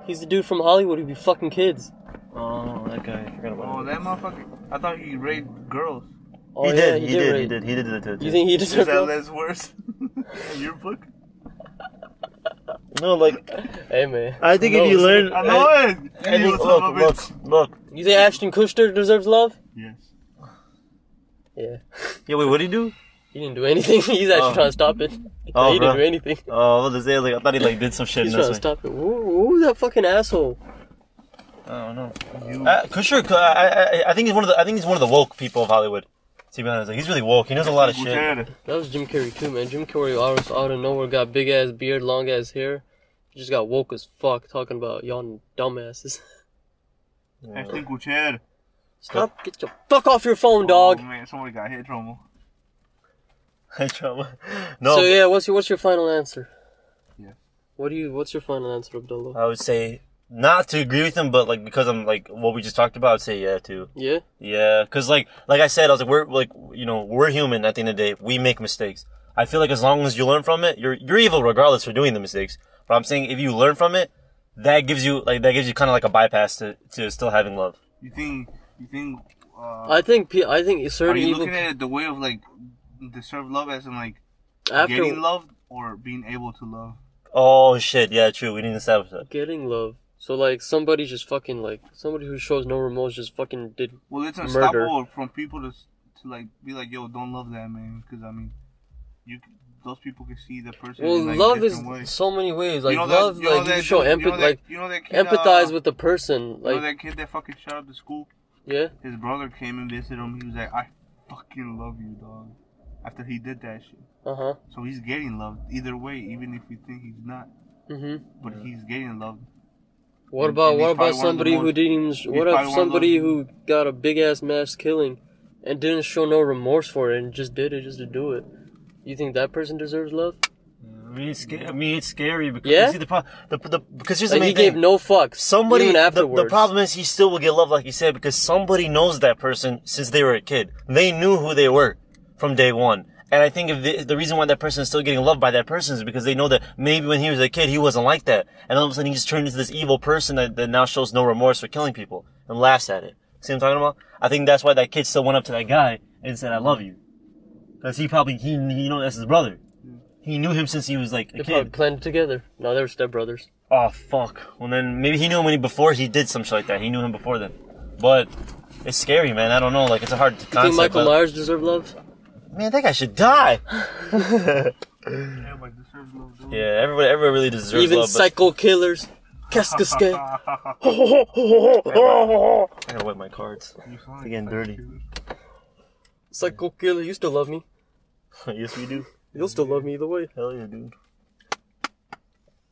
Speaker 3: He's the dude from Hollywood who be fucking kids.
Speaker 2: Oh, that guy. I forgot about
Speaker 4: Oh,
Speaker 2: him.
Speaker 4: that motherfucker. I thought he raped girls.
Speaker 3: Oh
Speaker 2: He,
Speaker 3: yeah,
Speaker 2: did, he, did,
Speaker 3: rape.
Speaker 2: he did. He did. He did.
Speaker 3: You think he
Speaker 4: Is
Speaker 3: deserved
Speaker 4: that
Speaker 3: love?
Speaker 4: less worse? In your book?
Speaker 2: No, like
Speaker 3: Hey man.
Speaker 2: I think
Speaker 3: No,
Speaker 2: if you
Speaker 3: it's-
Speaker 2: learn,
Speaker 4: I
Speaker 2: I,
Speaker 4: know it!
Speaker 2: I
Speaker 4: You
Speaker 2: think
Speaker 4: son
Speaker 2: look,
Speaker 4: of a
Speaker 2: look,
Speaker 4: bitch.
Speaker 2: look.
Speaker 3: You think Ashton Kutcher deserves love?
Speaker 4: Yes.
Speaker 3: Yeah.
Speaker 2: Yeah, wait, what did he do?
Speaker 3: He didn't do anything. He's actually
Speaker 2: Oh.
Speaker 3: trying to stop it.
Speaker 2: Oh,
Speaker 3: he
Speaker 2: bruh.
Speaker 3: didn't do anything.
Speaker 2: Oh, what was I like? I thought he like did some shit.
Speaker 3: He's
Speaker 2: and
Speaker 3: trying to
Speaker 2: that's why-
Speaker 3: stop it. Who, who's that fucking asshole?
Speaker 2: I don't know.
Speaker 4: You.
Speaker 2: Uh, Kusher, uh, I, I, I think he's one of the I think he's one of the woke people of Hollywood. To be honest, like, he's really woke. He knows a lot of shit.
Speaker 4: Gutierrez.
Speaker 3: That was Jim Carrey too, man. Jim Carrey out of, out of nowhere got big ass beard, long ass hair. He just got woke as fuck talking about y'all dumbasses.
Speaker 4: Ashton Kutcher.
Speaker 3: Stop! Get your fuck off your phone, dog.
Speaker 4: Oh, man, somebody got head trauma.
Speaker 2: Hey, Trauma. No,
Speaker 3: So yeah, what's your what's your final answer?
Speaker 4: Yeah.
Speaker 3: What do you what's your final answer, Abdullah?
Speaker 2: I would say not to agree with him, but like because I'm like what we just talked about, I'd say yeah too.
Speaker 3: yeah.
Speaker 2: Yeah, because like like I said, I was like we're like you know we're human at the end of the day. We make mistakes. I feel like as long as you learn from it, you're you're evil regardless for doing the mistakes. But I'm saying if you learn from it, that gives you like that gives you kind of like a bypass to to still having love.
Speaker 4: You think. You think. Uh,
Speaker 3: I think pe- I think
Speaker 4: are
Speaker 3: certain
Speaker 4: you
Speaker 3: evil
Speaker 4: looking at it the way of like. Deserve love as in like.
Speaker 3: after
Speaker 4: Getting loved or being able to love?
Speaker 2: Oh shit! Yeah, true. We didn't establish that.
Speaker 3: getting love. So like somebody just fucking like somebody who shows no remorse just fucking did.
Speaker 4: Well, it's
Speaker 3: Murder.
Speaker 4: unstoppable from people to s- to like be like, yo, don't love that man, because I mean, you c- those people can see the person.
Speaker 3: Well,
Speaker 4: in, like,
Speaker 3: love is
Speaker 4: different ways.
Speaker 3: so many ways. Like
Speaker 4: You know that-
Speaker 3: love,
Speaker 4: you know
Speaker 3: like you
Speaker 4: that
Speaker 3: show
Speaker 4: dude- you know
Speaker 3: empathy,
Speaker 4: that-
Speaker 3: like
Speaker 4: you know that kid,
Speaker 3: empathize
Speaker 4: uh,
Speaker 3: with the person.
Speaker 4: You know
Speaker 3: Like
Speaker 4: that kid that fucking shot up the school.
Speaker 3: yeah,
Speaker 4: His brother came and visited him. He was like, I fucking love you, dog. After he did that shit,
Speaker 3: uh huh.
Speaker 4: so he's getting loved either way, even if you think he's not.
Speaker 3: hmm
Speaker 4: But he's getting loved.
Speaker 3: What
Speaker 4: And-
Speaker 3: about
Speaker 4: and
Speaker 3: what
Speaker 4: he's probably
Speaker 3: about
Speaker 4: one of the
Speaker 3: somebody who
Speaker 4: most-
Speaker 3: didn't even? sh- What
Speaker 4: probably
Speaker 3: if
Speaker 4: one of
Speaker 3: somebody
Speaker 4: those-
Speaker 3: who got a big ass mass killing, and didn't show no remorse for it and just did it just to do it? You think that person deserves love?
Speaker 2: I mean, it's sca- I mean, it's scary because
Speaker 3: Yeah?
Speaker 2: you see the, pro- the, the because here's the
Speaker 3: Like
Speaker 2: main
Speaker 3: he
Speaker 2: thing.
Speaker 3: gave no fucks.
Speaker 2: somebody
Speaker 3: even
Speaker 2: the-
Speaker 3: afterwards.
Speaker 2: The, problem is he still will get love, like you said, because somebody knows that person since they were a kid. They knew who they were from day one. And I think if the, the reason why that person is still getting loved by that person is because they know that maybe when he was a kid he wasn't like that, and all of a sudden he just turned into this evil person that, that now shows no remorse for killing people and laughs at it. See what I'm talking about? I think that's why that kid still went up to that guy and said, "I love you," because he probably he, he know that's his brother. He knew him since he was like a
Speaker 3: They
Speaker 2: kid.
Speaker 3: probably planned it together. No, they were stepbrothers.
Speaker 2: Oh fuck. Well then maybe he knew him when he before he did some shit like that. He knew him before then. But it's scary, man. I don't know. Like it's a hard
Speaker 3: You think
Speaker 2: concept.
Speaker 3: Michael
Speaker 2: but-
Speaker 3: Myers deserved love?
Speaker 2: man, that guy should die.
Speaker 4: Everybody deserves love, dog.
Speaker 2: Yeah, everybody, everybody really deserves
Speaker 3: Even
Speaker 2: love. but-
Speaker 3: psycho killers. Kaskaske.
Speaker 2: I gotta wipe my cards.
Speaker 4: You sound like
Speaker 2: Again,
Speaker 4: such a
Speaker 2: dirty.
Speaker 4: dude.
Speaker 3: Psycho killer, you still love me.
Speaker 2: yes, we do.
Speaker 3: You'll still love me either way.
Speaker 2: Hell yeah, dude.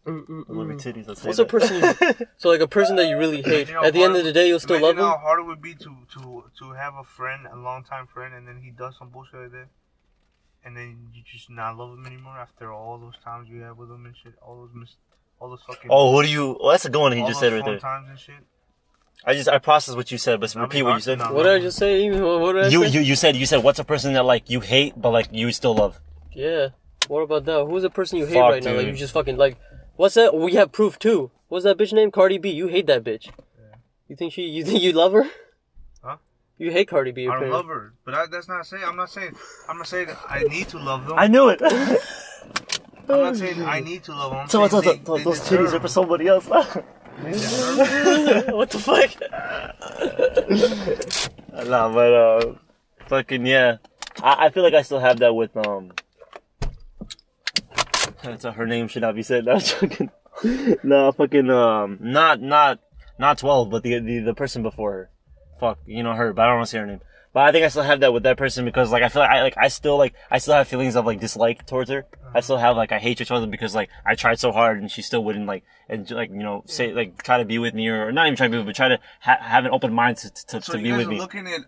Speaker 2: I
Speaker 3: Mm.
Speaker 2: love your titties. Let's say
Speaker 3: What's a
Speaker 2: that.
Speaker 3: person? you- so like a person that you really hate.
Speaker 4: Imagine how
Speaker 3: At the end
Speaker 4: hard-
Speaker 3: of the day, you'll still love
Speaker 4: imagine how
Speaker 3: them.
Speaker 4: hard it would be to to to have a friend, a longtime friend, and then he does some bullshit like that, and then you just not love him anymore after all those times you had with him and shit, all those mis- all those fucking
Speaker 2: Oh, who do you? Oh, that's a good one. He
Speaker 4: all
Speaker 2: just
Speaker 4: those
Speaker 2: said right
Speaker 4: phone
Speaker 2: there.
Speaker 4: times and shit.
Speaker 2: I just I processed what you said, but
Speaker 4: mean,
Speaker 2: repeat what you
Speaker 4: Mark's
Speaker 2: said.
Speaker 4: not-
Speaker 3: What did I just say? Even what what did I
Speaker 2: You
Speaker 3: say?
Speaker 2: you you said you said what's a person that like you hate but like you still love?
Speaker 3: Yeah. What about that? Who's the person you hate
Speaker 2: Fuck,
Speaker 3: right now? Like
Speaker 2: dude.
Speaker 3: you just fucking like. What's that? We have proof too. What's that bitch name? Cardi B. You hate that bitch. You think she? You think you love her?
Speaker 4: Huh?
Speaker 3: You hate Cardi B.
Speaker 4: I
Speaker 3: Apparently.
Speaker 4: love her, but I, that's not saying. I'm not saying. I'm not saying that I need to love them.
Speaker 2: I knew it.
Speaker 4: I'm not saying I need to love them. I'm
Speaker 2: so, so,
Speaker 4: saying
Speaker 2: so, so
Speaker 4: they- they
Speaker 2: those titties are
Speaker 4: deserve
Speaker 2: for somebody else.
Speaker 4: it.
Speaker 3: what the fuck?
Speaker 2: Nah, but uh, fucking yeah. I, I feel like I still have that with um. That's her name should not be said. No, I'm joking. no, fucking um, not not Not 12, but the, the, the person before her. Fuck, you know her, but I don't want to say her name. But I think I still have that with that person because like I feel like I like I still like I still have feelings of like dislike towards her. I still have like I hate her towards her because like I tried so hard and she still wouldn't like and like you know say like try to be with me or, or not even try to be with me, but try to ha- have an open mind to to,
Speaker 5: So
Speaker 2: to
Speaker 5: you
Speaker 2: be
Speaker 5: guys
Speaker 2: with
Speaker 5: are
Speaker 2: me.
Speaker 5: looking at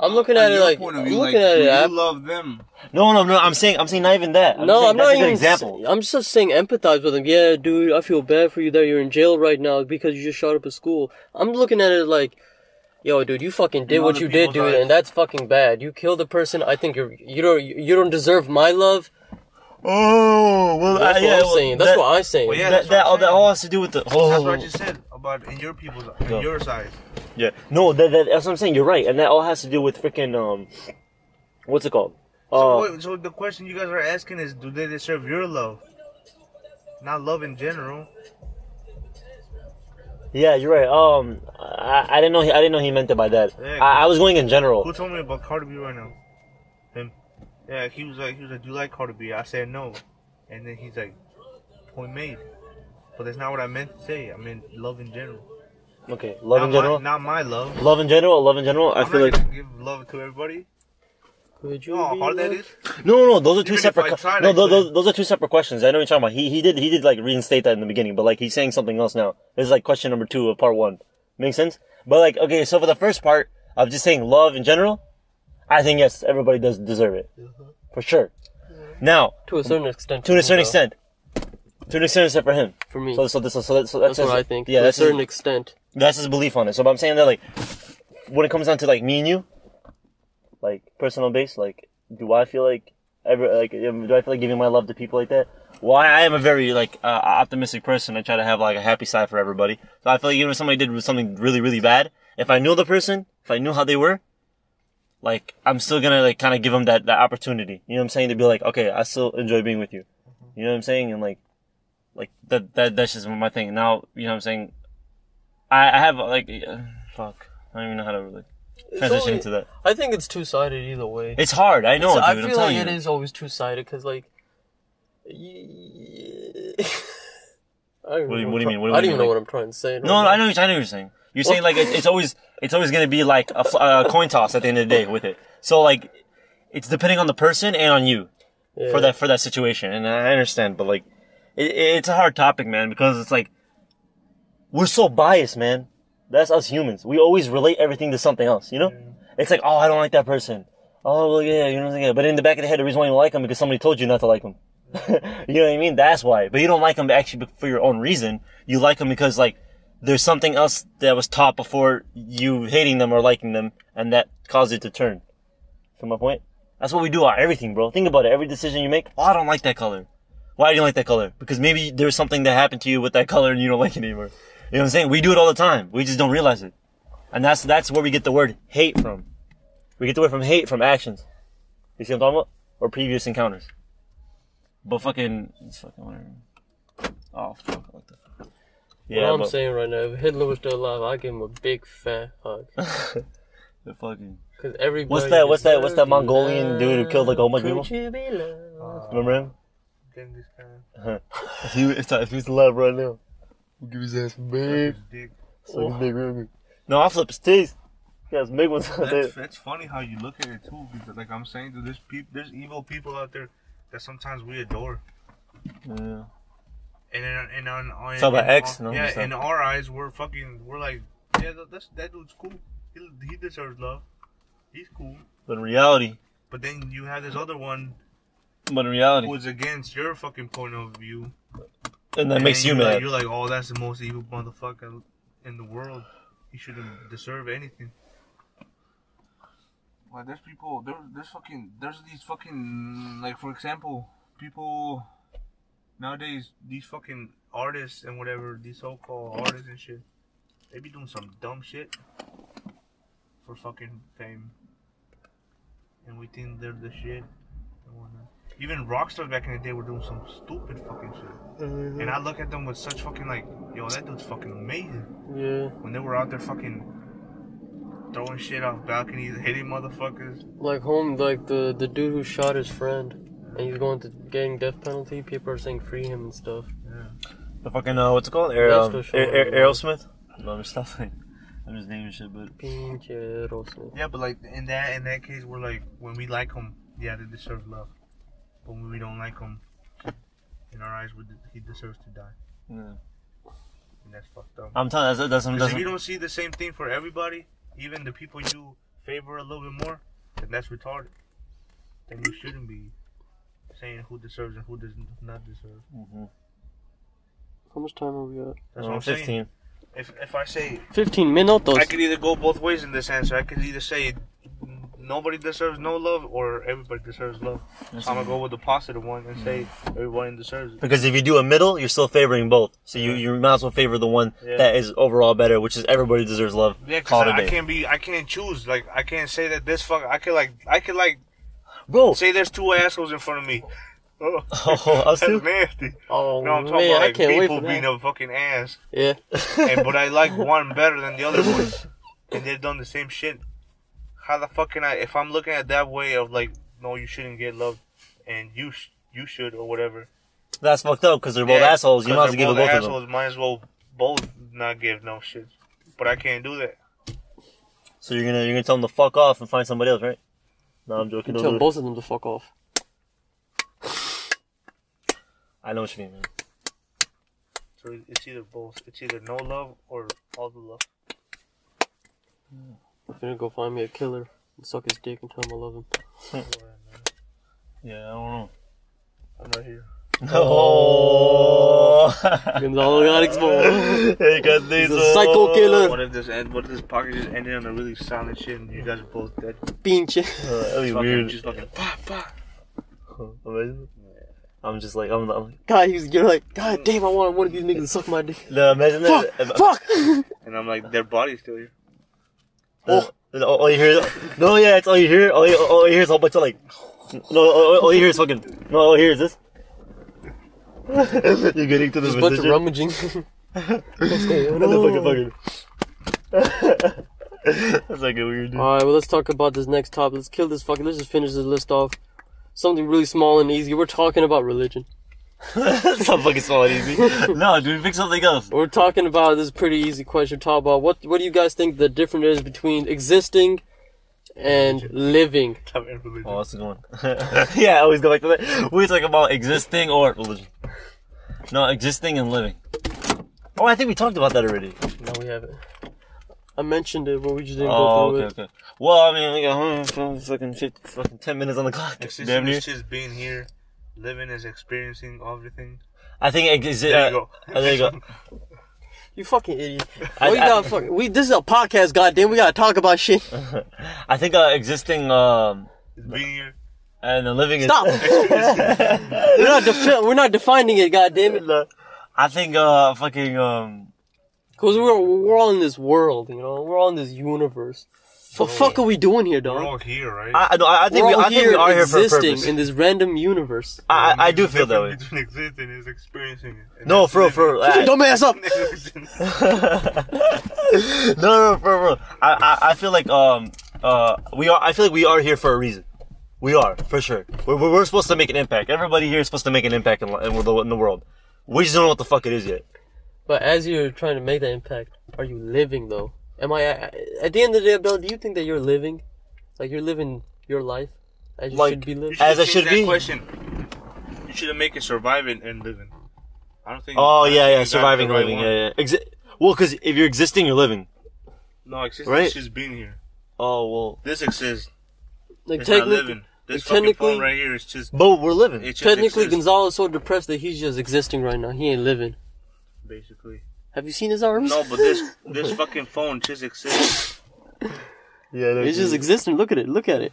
Speaker 3: I'm looking
Speaker 5: from
Speaker 3: at it
Speaker 5: your
Speaker 3: like
Speaker 5: point of
Speaker 3: I'm
Speaker 5: view,
Speaker 3: looking
Speaker 5: like,
Speaker 3: at
Speaker 5: do
Speaker 3: it.
Speaker 5: you
Speaker 3: I-
Speaker 5: love them?
Speaker 2: no, no, no. I'm saying I'm saying not even that. I'm
Speaker 3: no,
Speaker 2: saying
Speaker 3: I'm
Speaker 2: that's
Speaker 3: not
Speaker 2: a good
Speaker 3: even.
Speaker 2: example.
Speaker 3: I'm just saying empathize with him. Yeah, dude, I feel bad for you that you're in jail right now because you just shot up a school. I'm looking at it like, yo, dude, you fucking did
Speaker 4: In
Speaker 3: what
Speaker 4: other
Speaker 3: you did,
Speaker 4: people's
Speaker 3: dude,
Speaker 4: eyes.
Speaker 3: and that's fucking bad. You killed a person. I think you're you don't you don't deserve my love.
Speaker 2: Oh well,
Speaker 3: That's
Speaker 2: I,
Speaker 3: what
Speaker 2: yeah,
Speaker 3: I'm
Speaker 2: well,
Speaker 3: saying. That's
Speaker 2: that-
Speaker 3: what I'm saying.
Speaker 4: Well, yeah,
Speaker 2: that
Speaker 4: that's
Speaker 2: that
Speaker 4: what I'm
Speaker 2: all, that
Speaker 4: saying.
Speaker 2: all has to do with the. Oh,
Speaker 4: That's what I just said about in your people's, in
Speaker 2: No.
Speaker 4: your size.
Speaker 2: Yeah. No, that, that, that's what I'm saying. You're right, and that all has to do with freaking um, what's it called?
Speaker 4: So,
Speaker 3: Oh.
Speaker 2: Uh,
Speaker 4: what- so the question you guys are asking is, do they deserve your love? Not love in general.
Speaker 2: yeah, you're right. Um, I, I didn't know he, I didn't know he meant it by that.
Speaker 4: Yeah.
Speaker 2: I, I was going in
Speaker 4: Who
Speaker 2: general.
Speaker 4: told me about Cardi B right now? Him. Yeah, he was like, he was like, do you like Cardi B? I said no, and then he's like, point made. But that's not what I meant to say. I meant love in general.
Speaker 2: Okay, love
Speaker 4: not
Speaker 2: in general.
Speaker 4: My, not my love.
Speaker 2: Love in general. Love in general. I
Speaker 4: I'm
Speaker 2: feel
Speaker 4: not
Speaker 2: like
Speaker 4: gonna give love to everybody.
Speaker 3: Could
Speaker 4: You know
Speaker 2: Oh,
Speaker 4: how
Speaker 3: be
Speaker 4: hard that
Speaker 3: loved?
Speaker 4: is.
Speaker 2: no, no, no. Those are
Speaker 4: Even
Speaker 2: two
Speaker 4: if I
Speaker 2: separate.
Speaker 4: tried,
Speaker 2: no,
Speaker 4: I
Speaker 2: those,
Speaker 4: couldn't.
Speaker 2: those those are two separate questions. I know what you're talking about. He he did he did like reinstate that in the beginning, but like he's saying something else now. This is like question number two of part one. Makes sense. But like okay, so for the first part of just saying love in general, I think yes, everybody does deserve it
Speaker 3: Uh-huh.
Speaker 2: for sure. Now
Speaker 3: to a certain extent.
Speaker 2: to a certain
Speaker 3: though,
Speaker 2: extent. To an extent, except for him.
Speaker 3: For me,
Speaker 2: So, so, so, so, so that's
Speaker 3: that's what I think.
Speaker 2: Yeah,
Speaker 3: to a
Speaker 2: that's his,
Speaker 3: certain extent.
Speaker 2: that's his belief on it. So, but I'm saying that, like, when it comes down to like me and you, like personal base, like, do I feel like ever, like, um, do I feel like giving my love to people like that? Why I am a very like uh, optimistic person. I try to have like a happy side for everybody. So I feel like even if somebody did something really, really bad, if I knew the person, if I knew how they were, like I'm still gonna like kind of give them that that opportunity. You know what I'm saying? To be like, okay, I still enjoy being with you. You know what I'm saying? And like, like that that that's just my thing. Now you know what I'm saying. I I have like uh, fuck. I don't even know how to really transition
Speaker 3: only-
Speaker 2: into that.
Speaker 3: I think it's two sided either way.
Speaker 2: It's hard. I know,
Speaker 3: So
Speaker 2: dude.
Speaker 3: I
Speaker 2: I am
Speaker 3: feel
Speaker 2: telling
Speaker 3: like it
Speaker 2: you.
Speaker 3: is always two sided because like. y- I don't
Speaker 2: What do you-
Speaker 3: even
Speaker 2: what do you mean? What do you
Speaker 3: I don't
Speaker 2: mean,
Speaker 3: even know
Speaker 2: like-
Speaker 3: what I'm trying to say.
Speaker 2: No, no, I know. what you- I know what you're saying. You're saying like it, it's always it's always gonna be like a, fl- a coin toss at the end of the day with it. So like, it's depending on the person and on you.
Speaker 3: Yeah.
Speaker 2: for that for that situation, and I understand. But like, it, it's a hard topic, man, because it's like we're so biased, man. That's us humans. We always relate everything to something else. You know, it's like, oh, I don't like that person. Oh, well, yeah, you know what I'm saying. But in the back of the head, the reason why you don't like them because somebody told you not to like them. you know what I mean? That's why. But you don't like them actually for your own reason. You like them because like there's something else that was taught before you hating them or liking them, and that caused it to turn. To my point. That's what we do on everything, bro. Think about it. Every decision you make, oh, I don't like that color. Why do you like that color? Because maybe there's something that happened to you with that color and you don't like it anymore. You know what I'm saying? We do it all the time. We just don't realize it. And that's that's where we get the word hate from. We get the word from hate from actions. You see what I'm talking about? Or previous encounters. But fucking, it's fucking whatever. Oh fuck, I like that. Yeah,
Speaker 3: what I'm
Speaker 2: but
Speaker 3: saying right now, if Hitler was still alive, I'd give him a big fat hug.
Speaker 2: the fucking.
Speaker 3: Because everybody.
Speaker 2: What's that- what's that- what's that
Speaker 3: deserves
Speaker 2: Mongolian dude who killed, like, a whole bunch of
Speaker 3: Could
Speaker 2: people?
Speaker 3: you be loved?
Speaker 2: Remember him?
Speaker 4: Genghis Khan.
Speaker 2: Uh, If he, if, if he's alive right now, we'll give his ass big.
Speaker 4: Dick.
Speaker 2: No, I flip his teeth. He has big ones. out there.
Speaker 4: That's, that's funny how you look at it too, because like I'm saying, dude, there's peop there's evil people out there that sometimes we adore,
Speaker 2: Yeah.
Speaker 4: and in, and on, on
Speaker 2: Talk about
Speaker 4: in-
Speaker 2: X?
Speaker 4: on-
Speaker 2: No,
Speaker 4: yeah,
Speaker 2: it's not.
Speaker 4: in our eyes, we're fucking, we're like, yeah, that, that's, that dude's cool. He, he deserves love. He's cool.
Speaker 2: But in reality,
Speaker 4: But then you have this other one
Speaker 2: but in reality,
Speaker 4: who's against your fucking point of view.
Speaker 2: and that
Speaker 4: and
Speaker 2: makes you
Speaker 4: you're like-
Speaker 2: mad.
Speaker 4: you're like, oh, that's the most evil motherfucker in the world. He shouldn't deserve anything. Like, there's people, there, there's fucking, there's these fucking, like, for example, people nowadays, these fucking artists and whatever, these so called artists and shit, they be doing some dumb shit for fucking fame. And we think they're the shit. and whatnot. Even rock stars back in the day were doing some stupid fucking shit. And I look at them with such fucking like, yo, that dude's fucking amazing.
Speaker 3: Yeah.
Speaker 4: When they were out there fucking throwing shit off balconies, hitting motherfuckers.
Speaker 3: Like, home, like the, the dude who shot his friend and he's going to getting death penalty, people are saying free him and stuff.
Speaker 2: The fucking uh, what's it called? Air,
Speaker 3: That's
Speaker 2: um,
Speaker 3: for sure.
Speaker 2: Air, Air, Aerosmith. and other stuff. Like, I'm just naming shit, but
Speaker 3: Pinche Rosa.
Speaker 4: Yeah, but like in that in that case, we're like when we like him, yeah, they deserve love. But when we don't like him, in our eyes, we de- he deserves to die,
Speaker 2: yeah.
Speaker 4: and that's fucked up.
Speaker 2: I'm telling that's that's, that's,
Speaker 4: 'Cause if
Speaker 2: that's
Speaker 4: you don't see the same thing for everybody, even the people you favor a little bit more, then that's retarded. Then you shouldn't be saying who deserves and who does not deserve.
Speaker 2: Mhm.
Speaker 3: How much time are we at?
Speaker 4: That's
Speaker 2: Oh,
Speaker 4: what I'm
Speaker 2: 15.
Speaker 4: saying. If if I say
Speaker 3: 15 minutos.
Speaker 4: I could either go both ways in this answer, I could either say nobody deserves no love or everybody deserves love.
Speaker 2: That's
Speaker 4: I'm gonna go with the positive one and say everyone deserves it.
Speaker 2: Because if you do a middle, you're still favoring both. So you, you might as well favor the one
Speaker 4: Yeah.
Speaker 2: that is overall better, which is everybody deserves love.
Speaker 4: Yeah,
Speaker 2: Call
Speaker 4: cause
Speaker 2: it a
Speaker 4: I, I
Speaker 2: day.
Speaker 4: can't be, I can't choose. Like, I can't say that this fuck. I could like, I could like
Speaker 2: Bro,
Speaker 4: say there's two assholes in front of me. Oh,
Speaker 2: oh, us
Speaker 4: that's
Speaker 2: too.
Speaker 4: nasty.
Speaker 3: oh,
Speaker 4: No, I'm talking
Speaker 3: man,
Speaker 4: about
Speaker 3: I
Speaker 4: like
Speaker 3: can't wait
Speaker 4: people
Speaker 3: for
Speaker 4: being
Speaker 3: that.
Speaker 4: a fucking ass,
Speaker 3: Yeah.
Speaker 4: and but I like one better than the other one, and they've done the same shit. How the fuck can I? If I'm looking at that way of like, no, you shouldn't get love, and you sh- you should or whatever.
Speaker 2: That's fucked up because they're both
Speaker 4: Yeah,
Speaker 2: assholes. You might as
Speaker 4: 'cause
Speaker 2: well
Speaker 4: they're
Speaker 2: give it both of them.
Speaker 4: assholes, Might as well both not give no shit. But I can't do that.
Speaker 2: So you're gonna you're gonna tell them to fuck off and find somebody else, right? No, I'm joking. Don't do
Speaker 3: Tell
Speaker 2: it.
Speaker 3: both of them to fuck off.
Speaker 2: I know what you mean, man.
Speaker 4: So it's either both. It's either no love or all the love.
Speaker 3: I'm finna go find me a killer and suck his dick and tell him I love him.
Speaker 2: Yeah, I don't know.
Speaker 4: I'm not here.
Speaker 2: Oh,
Speaker 3: Gonzalo got exposed.
Speaker 2: hey, got these.
Speaker 3: He's a psycho killer.
Speaker 4: Oh, What if this end? What if this pocket just ended on a really solid shit and you guys are both dead?
Speaker 3: Pinche.
Speaker 2: Uh, that'd be
Speaker 4: Fucking
Speaker 2: weird.
Speaker 4: Just fucking pop, pop.
Speaker 2: Imagine- I'm just like I'm. I'm
Speaker 3: God, he's you're like, God damn, I want one of these niggas to suck my dick.
Speaker 2: no, imagine
Speaker 3: Fuck!
Speaker 2: that. if-
Speaker 3: Fuck!
Speaker 4: And I'm like, their body's still here.
Speaker 2: Oh, all you hear is no, yeah, it's all you hear. All you, all you hear is a whole bunch of like, no, all, all you hear is fucking. No, all you hear is this. You're getting to the
Speaker 3: Just a bunch of
Speaker 2: position.
Speaker 3: rummaging.
Speaker 2: Another fucking fucking. That's like a weird. Dude.
Speaker 3: Alright, well, let's talk about this next topic. Let's kill this fucking. Let's just finish this list off. Something really small and easy. We're talking about religion.
Speaker 2: That's not fucking small and easy. No, dude, pick something else.
Speaker 3: We're talking about this is a pretty easy question. Talk about what what do you guys think the difference is between existing and living?
Speaker 4: Type in religion.
Speaker 2: Oh, that's a good one. yeah, I always go back to that. We talk about existing or religion. No, existing and living. Oh, I think we talked about that already.
Speaker 3: No, we haven't. I mentioned it, but we just didn't
Speaker 2: Oh,
Speaker 3: go through
Speaker 2: okay, okay. Well, I mean, we got hmm, fucking- fucking 50, fucking ten minutes on the clock. Damn
Speaker 4: Existence
Speaker 2: near.
Speaker 4: is just being here, living is experiencing everything.
Speaker 2: I think exi-
Speaker 4: There
Speaker 2: uh,
Speaker 4: you go.
Speaker 2: uh, there you go.
Speaker 3: it. You fucking idiot.
Speaker 2: I-
Speaker 3: we
Speaker 2: I-
Speaker 3: got fuck, we this is a podcast, goddamn. We gotta talk about shit.
Speaker 2: I think uh, existing um
Speaker 4: It's being here.
Speaker 2: and the living
Speaker 3: Stop.
Speaker 2: is.
Speaker 3: we're not defi- we're not defining it, goddamn it.
Speaker 2: I think uh fucking um
Speaker 3: Cause we're we're all in this world, you know. We're all in this universe. What the fuck are we doing here,
Speaker 4: We're
Speaker 3: dog?
Speaker 4: all here, right?
Speaker 2: I I no, I I
Speaker 3: We're
Speaker 2: think we,
Speaker 3: all
Speaker 2: I think we
Speaker 3: here
Speaker 2: are here for a
Speaker 3: existing
Speaker 2: purpose.
Speaker 3: in this random universe.
Speaker 2: I, I I do feel that way.
Speaker 4: Difference Between existing is experiencing it. And
Speaker 2: No,
Speaker 4: that's
Speaker 2: for real,
Speaker 4: living.
Speaker 2: for real. I-
Speaker 3: Don't mess up.
Speaker 2: no, no, for real. I, I, I feel like um uh we are. I feel like we are here for a reason. We are for sure. We're, we're we're supposed to make an impact. Everybody here is supposed to make an impact in, li- in, the, in the world. We just don't know what the fuck it is yet.
Speaker 3: But as you're trying to make that impact, are you living though? Am I at the end of the day, Abdel? Do you think that you're living, like you're living your life as you
Speaker 2: Like-
Speaker 3: should be
Speaker 4: You
Speaker 3: living?
Speaker 2: As it
Speaker 4: change
Speaker 2: should
Speaker 4: that
Speaker 2: be.
Speaker 4: Question. You should make it surviving and living. I don't think.
Speaker 2: Oh
Speaker 4: I
Speaker 2: yeah,
Speaker 4: think you
Speaker 2: yeah,
Speaker 4: got
Speaker 2: surviving,
Speaker 4: the right
Speaker 2: living,
Speaker 4: one.
Speaker 2: yeah, yeah. Exi- well, because if you're existing, you're living.
Speaker 4: No, existence
Speaker 2: Right?
Speaker 4: is just being here.
Speaker 2: Oh well,
Speaker 4: This exists.
Speaker 3: Like
Speaker 4: It's not
Speaker 3: technically,
Speaker 4: living. This
Speaker 3: like,
Speaker 4: fucking
Speaker 3: technically-
Speaker 4: phone right here is just.
Speaker 2: but we're living.
Speaker 4: It just
Speaker 3: technically,
Speaker 4: exists,
Speaker 3: Gonzalo's so depressed that he's just existing right now. He ain't living.
Speaker 4: basically.
Speaker 3: Have you seen his arms?
Speaker 4: No, but this this fucking phone just exists.
Speaker 2: yeah, no,
Speaker 3: It's just existing. Look at it. Look at it.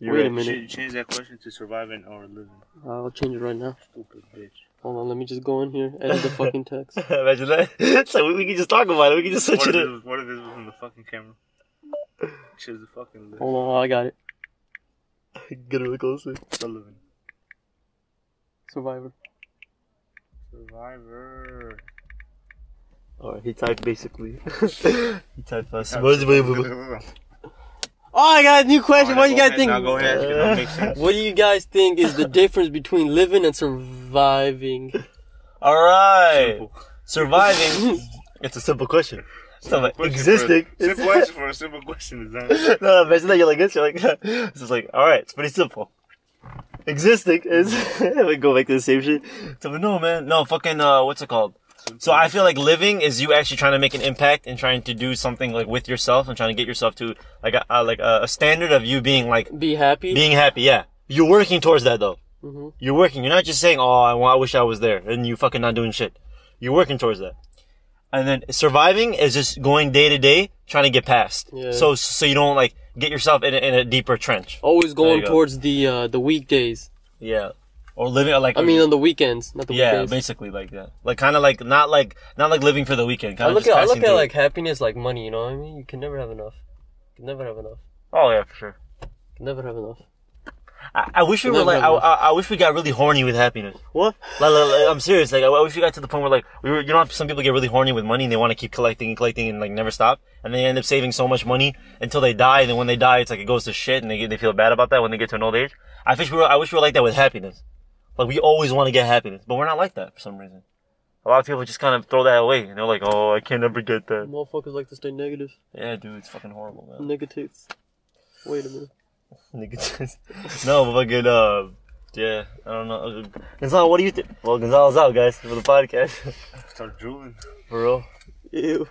Speaker 2: You're
Speaker 3: Wait a
Speaker 2: right.
Speaker 4: You
Speaker 3: minute.
Speaker 4: should change that question to surviving or living.
Speaker 3: I'll change it right now.
Speaker 4: Stupid bitch.
Speaker 3: Hold on. Let me just go in here. Edit the fucking text.
Speaker 2: Imagine that. It's like we, we can just talk about it. We can just switch
Speaker 4: What if
Speaker 2: it.
Speaker 4: it
Speaker 2: up.
Speaker 4: was, what if it was on the fucking camera? Choose the fucking live.
Speaker 3: Hold on. I got it.
Speaker 2: Get a little closer.
Speaker 4: The living.
Speaker 3: Survivor.
Speaker 4: Survivor.
Speaker 2: All right, he typed basically. he typed fast. What is it?
Speaker 3: Oh, I got a new question.
Speaker 4: Alright,
Speaker 3: What do you guys
Speaker 4: go ahead.
Speaker 3: think?
Speaker 4: Now go ahead. It don't make sense.
Speaker 3: What do you guys think is the difference between living and surviving?
Speaker 2: All right.
Speaker 4: Simple.
Speaker 2: surviving It's a simple question. It's not like
Speaker 4: Question for-
Speaker 2: existing.
Speaker 4: Simple
Speaker 2: It's-
Speaker 4: answer for a simple question is that.
Speaker 2: no, imagine that you're like this. You're like, it's just like, all right, it's pretty simple. Existing is we go back to the same shit. So but no, man, no fucking. Uh, what's it called? So I feel like living is you actually trying to make an impact and trying to do something like with yourself and trying to get yourself to like a, a like a, a standard of you being like
Speaker 3: Be happy.
Speaker 2: being happy. Yeah, you're working towards that though.
Speaker 3: Mm-hmm.
Speaker 2: You're working. You're not just saying, "Oh, I, wa- I wish I was there," and you fucking not doing shit. You're working towards that. And then surviving is just going day to day, trying to get past.
Speaker 3: Yeah.
Speaker 2: So so you don't like get yourself in a, in a deeper trench.
Speaker 3: Always
Speaker 2: There you
Speaker 3: going
Speaker 2: go.
Speaker 3: towards the uh, the weekdays.
Speaker 2: Yeah. Or living or like
Speaker 3: I mean,
Speaker 4: Mm.
Speaker 3: on the weekends, not the
Speaker 2: yeah,
Speaker 3: weekdays.
Speaker 2: basically like that. Like kind of like not like not like living for the weekend.
Speaker 3: I
Speaker 2: Kind of
Speaker 3: look
Speaker 2: just
Speaker 3: at I
Speaker 2: passing
Speaker 3: look at
Speaker 2: through.
Speaker 3: like happiness like money. You know what I mean? You can never have enough. You can never have enough.
Speaker 2: oh yeah for sure.
Speaker 3: You can never have enough.
Speaker 2: I, I wish we
Speaker 3: No,
Speaker 2: were like I,
Speaker 3: no, no.
Speaker 2: I, I wish we got really horny with happiness. What? Like, like, like, I'm serious. Like I, I wish we got to the point where like we were. You know, how some people get really horny with money and they want to keep collecting and collecting and like never stop, and they end up saving so much money until they die. And then when they die, it's like it goes to shit, and they get, they feel bad about that when they get to an old age. I wish we were I wish we were like that with happiness. Like we always want to get happiness, but we're not like that for some reason. A lot of people just kind of throw that away, and they're like, "Oh, I can't ever get that."
Speaker 3: Motherfuckers like to stay negative.
Speaker 2: Yeah, dude, it's fucking horrible, man.
Speaker 3: Negatives. Wait a minute.
Speaker 2: Niggas. no, but fucking, uh, yeah, I don't know. Gonzalo, what do you think? Well, Gonzalo's out, guys, for the podcast.
Speaker 4: Start drooling.
Speaker 2: for real.
Speaker 3: Ew.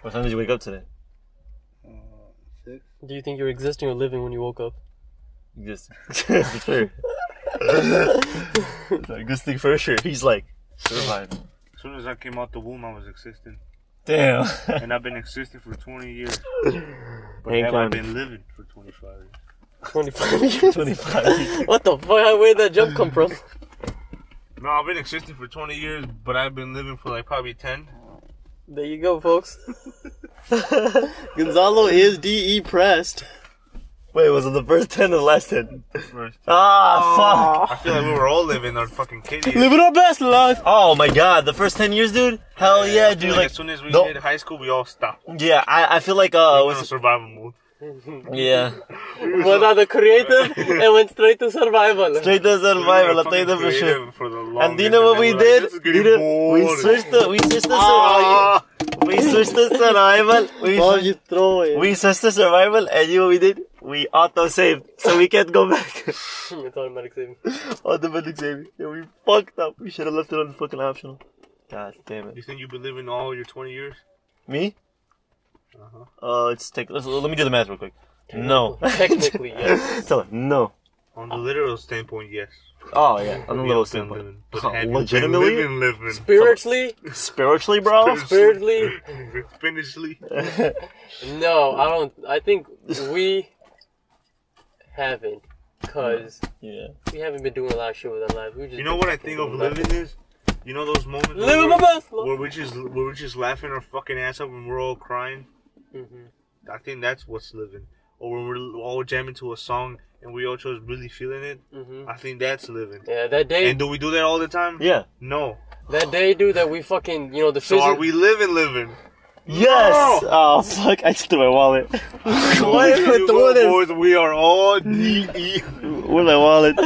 Speaker 2: What time did you wake up today?
Speaker 3: Do you think you're existing or living when you woke up?
Speaker 2: You Just, for sure. Like, Good thing for sure. He's like, survived.
Speaker 4: As soon as I came out the womb, I was existing,
Speaker 2: Damn.
Speaker 4: and I've been existing for 20 years. But
Speaker 2: Ain't
Speaker 4: have I
Speaker 2: counting.
Speaker 4: been living for 25 years?
Speaker 3: 25.
Speaker 2: 25.
Speaker 3: what the fuck? Where'd that jump come from?
Speaker 4: No, I've been existing for 20 years, but I've been living for like probably 10.
Speaker 3: There you go, folks. Gonzalo is DE pressed.
Speaker 2: Wait, was it the first 10 or the last 10?
Speaker 4: First.
Speaker 2: Ah,
Speaker 4: I
Speaker 2: fuck.
Speaker 4: feel like we were all living our fucking kid years.
Speaker 3: Living our best life.
Speaker 2: Oh my god, the first 10 years, dude? Hell
Speaker 4: I
Speaker 2: yeah,
Speaker 4: feel
Speaker 2: dude.
Speaker 4: Like,
Speaker 2: Like,
Speaker 4: as soon as we
Speaker 2: no-
Speaker 4: hit high school, we all stopped.
Speaker 2: yeah, I, I feel like, uh,
Speaker 4: We were in a
Speaker 2: was,
Speaker 4: survival mode.
Speaker 2: yeah.
Speaker 3: Was on the creative and went straight to survival.
Speaker 2: Straight to
Speaker 4: We were
Speaker 2: survival, I
Speaker 4: fucking
Speaker 2: think that for sure.
Speaker 4: creative for the
Speaker 2: And
Speaker 4: longest,
Speaker 2: do you know what
Speaker 4: then
Speaker 2: we
Speaker 4: we're like,
Speaker 2: did?
Speaker 4: this is
Speaker 2: We
Speaker 4: getting
Speaker 2: did- we
Speaker 4: boring.
Speaker 2: switched the we switched the survival.
Speaker 4: Ah!
Speaker 2: We switched the survival. We
Speaker 3: Oh,
Speaker 2: switched-
Speaker 3: you throw it.
Speaker 2: we switched the survival, and you know what we did? We auto saved, so we can't go back.
Speaker 3: Hmm,
Speaker 2: Oh,
Speaker 3: it's automatic saving.
Speaker 2: Automatic saving. Yeah, we fucked up. We should have left it on fucking optional. God damn it.
Speaker 4: You think you've been living all your 20 years?
Speaker 2: Me?
Speaker 4: Uh-huh.
Speaker 2: Uh, let's take. Let's, let me do the math real quick. No.
Speaker 3: Technically, yes.
Speaker 2: Tell her, no.
Speaker 4: On the literal standpoint, yes.
Speaker 2: Oh yeah, I'm a
Speaker 4: We
Speaker 2: little
Speaker 4: have been
Speaker 2: simple. Oh,
Speaker 4: living, But have you
Speaker 2: legitimately?
Speaker 4: been living, living?
Speaker 3: Spiritually,
Speaker 2: Spiritually, bro.
Speaker 3: spiritually,
Speaker 4: Finishly.
Speaker 3: no, I don't. I think we haven't, cause
Speaker 2: Yeah.
Speaker 3: we haven't been doing a lot of shit with our life. We just
Speaker 4: You know what I think of living is? You know those moments where
Speaker 3: Living
Speaker 4: we're-
Speaker 3: my best
Speaker 4: where
Speaker 3: life.
Speaker 4: we just where we just laughing our fucking ass up and we're all crying.
Speaker 2: Mm-hmm.
Speaker 3: Mhm.
Speaker 4: I think that's what's living. Or when we're all jamming to a song and we all chose really feeling it.
Speaker 3: Mhm.
Speaker 4: I think that's living.
Speaker 3: Yeah, that day,
Speaker 4: And do we do that all the time?
Speaker 2: Mm-hmm. Yeah.
Speaker 4: No.
Speaker 3: that day, dude, that we fucking, you know, the
Speaker 4: So
Speaker 3: physi-
Speaker 4: are we living, living?
Speaker 2: Yes. Oh fuck! I just threw my wallet. Why
Speaker 4: Boys,
Speaker 2: am I
Speaker 4: you
Speaker 2: throwing it?
Speaker 4: boys, we are all E. DE.
Speaker 2: Where's my wallet?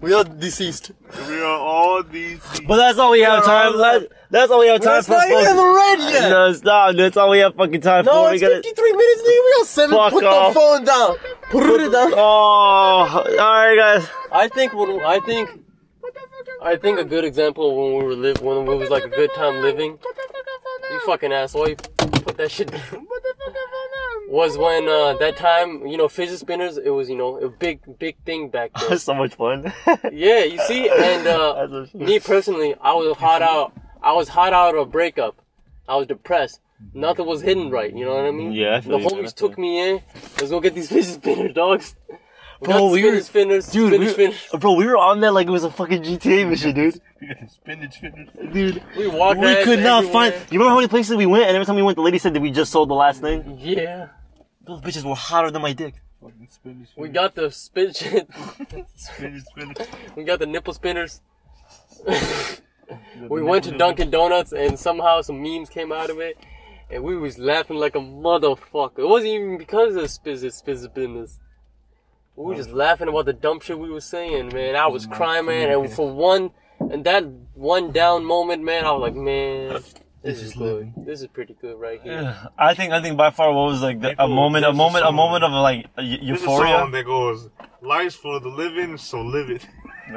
Speaker 3: we are deceased.
Speaker 4: we are all E. these.
Speaker 2: But that's all we have time. That's, that's all we have time
Speaker 3: That's
Speaker 2: for.
Speaker 3: not even
Speaker 2: folks.
Speaker 3: red yet. No,
Speaker 2: No, stop. dude. That's all we have fucking time for. We
Speaker 3: it's
Speaker 2: gotta-
Speaker 3: 53 minutes, dude. We got seven.
Speaker 2: Fuck
Speaker 3: Put
Speaker 2: off.
Speaker 3: the phone down. Put it
Speaker 2: Oh,
Speaker 3: down.
Speaker 2: all right, Oh, guys.
Speaker 3: I think when I think I think a good example of when we were live when it was like a good time living. You fucking asshole! You put that shit down. Was when uh, that time you know fidget spinners. It was you know a big big thing back then.
Speaker 2: That's so much fun.
Speaker 3: yeah, you see, and uh,
Speaker 2: That's a-
Speaker 3: me personally, I was hot out. I was hot out of a breakup. I was depressed. Nothing was hidden right. You know what I mean?
Speaker 2: Yeah, I
Speaker 3: The
Speaker 2: feel you, man, I
Speaker 3: homies
Speaker 2: feel
Speaker 3: took me in. Let's go get these fidget spinner dogs. We got
Speaker 2: Bro, we
Speaker 3: spinner
Speaker 2: were-
Speaker 3: spinners,
Speaker 2: dude,
Speaker 3: spinner
Speaker 2: we,
Speaker 3: spinners.
Speaker 2: bro, we were on that like it was a fucking GTA mission, dude.
Speaker 4: Spinach fitness.
Speaker 2: Dude,
Speaker 3: We walked.
Speaker 2: we
Speaker 3: ass
Speaker 2: could not find.
Speaker 3: everywhere.
Speaker 2: You remember how many places we went, and every time we went, the lady said that we just sold the last thing.
Speaker 3: Yeah,
Speaker 2: Those bitches were hotter than my dick.
Speaker 4: Fucking spinach.
Speaker 3: we got the spin shit.
Speaker 4: spinach spinach.
Speaker 3: we got the nipple spinners. we went to Dunkin' Donuts and somehow some memes came out of it, and we was laughing like a motherfucker. It wasn't even because of spizz spizz business. We were just laughing about the dumb shit we were saying, man. I was crying, man, and for one And that one down moment, man, I was like, man, this,
Speaker 4: This
Speaker 3: is,
Speaker 4: is
Speaker 3: good. This is pretty good right here.
Speaker 2: I think I think by far what was like the, a
Speaker 4: Michael,
Speaker 2: moment, a
Speaker 4: there's a
Speaker 2: moment, a
Speaker 4: song.
Speaker 2: moment of like eu-
Speaker 4: There's a song
Speaker 2: euphoria.
Speaker 4: that goes, "Life's for the living, so live it."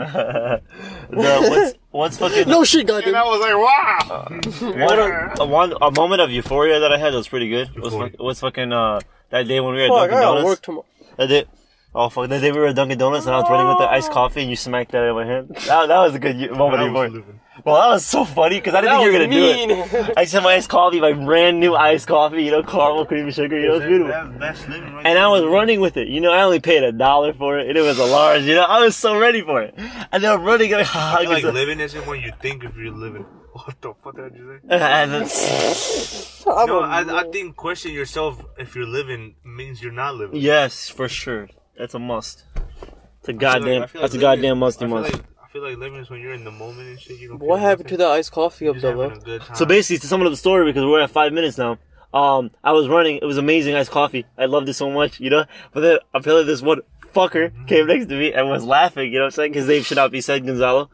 Speaker 2: the, what's what's fucking
Speaker 3: No shit,
Speaker 4: And I
Speaker 3: goddamn.
Speaker 4: was like, "Wow!"
Speaker 2: one, a, one a moment of euphoria that I had that was pretty good. Was
Speaker 4: Euphoria.
Speaker 2: fuck- was fucking uh that day when we were at
Speaker 3: Fuck, I
Speaker 2: Dunkin'
Speaker 3: gotta work
Speaker 2: Donuts.
Speaker 3: tomorrow.
Speaker 2: That day, oh fuck, that day we were at Dunkin' Donuts and I was running with the iced coffee and you smacked that out of my hand. That, that was a good u- moment of
Speaker 4: That was
Speaker 2: euphoria.
Speaker 4: living.
Speaker 2: Well, that was so funny because I didn't
Speaker 3: That
Speaker 2: think you were
Speaker 3: was
Speaker 2: gonna
Speaker 3: mean.
Speaker 2: do it. I just had my iced coffee, my brand new iced coffee, you know, caramel cream and sugar, you know, it was beautiful.
Speaker 4: That- that's living right
Speaker 2: And I
Speaker 4: there.
Speaker 2: was running with it, you know. I only paid a dollar for it, and it was a large, you know. I was so ready for it, and then I'm running like,
Speaker 4: I feel like living isn't when you think if you're living. What the fuck did you say?
Speaker 2: and then-
Speaker 3: I'm
Speaker 4: No,
Speaker 3: a-
Speaker 4: I, I think question yourself if you're living means you're not living.
Speaker 2: yes, for sure, that's a must. It's a
Speaker 4: I feel like-
Speaker 2: goddamn,
Speaker 4: I feel
Speaker 2: that's a
Speaker 4: like living
Speaker 2: goddamn
Speaker 4: is-
Speaker 2: musty
Speaker 4: I feel
Speaker 2: must.
Speaker 4: Like, I feel like living is when you're in the moment and shit. You don't.
Speaker 3: what happened to that iced coffee up
Speaker 4: Just
Speaker 3: there,
Speaker 4: having
Speaker 3: bro?
Speaker 4: a good time.
Speaker 2: So basically, to sum up the story, because we're at five minutes now. Um, I was running. It was amazing iced coffee. I loved it so much, you know. But then I feel like this one fucker came next to me and was laughing. You know what I'm saying? His name should not be said, Gonzalo.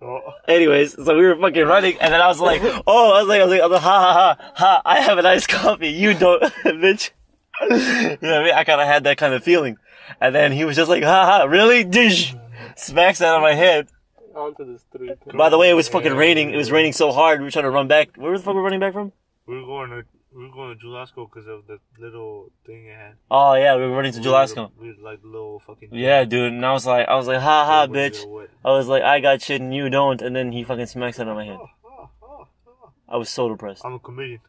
Speaker 4: Oh.
Speaker 2: Anyways, so we were fucking running, and then I was like, "Oh, I was like, I was like, I was like ha ha ha ha! I have an iced coffee, you don't, bitch." you know what I mean? I kind of had that kind of feeling, and then he was just like, "Ha ha, really?" Dish, smacks that on my head.
Speaker 3: Onto the street.
Speaker 2: By the way, it was fucking raining. It was raining so hard. We were trying to run back. Where the fuck were we running back from?
Speaker 4: We were going to we were going to Julasco because of the little thing it had.
Speaker 2: Oh yeah, we were running to Julasco.
Speaker 4: We were like little fucking.
Speaker 2: Yeah, dude. And I was like, I was like, "Ha ha,
Speaker 4: What is
Speaker 2: bitch."
Speaker 4: it, what-
Speaker 2: I was like, "I got shit and you don't," and then he fucking smacks that on my head.
Speaker 4: Oh, oh, oh, oh.
Speaker 2: I was so depressed.
Speaker 4: I'm a comedian.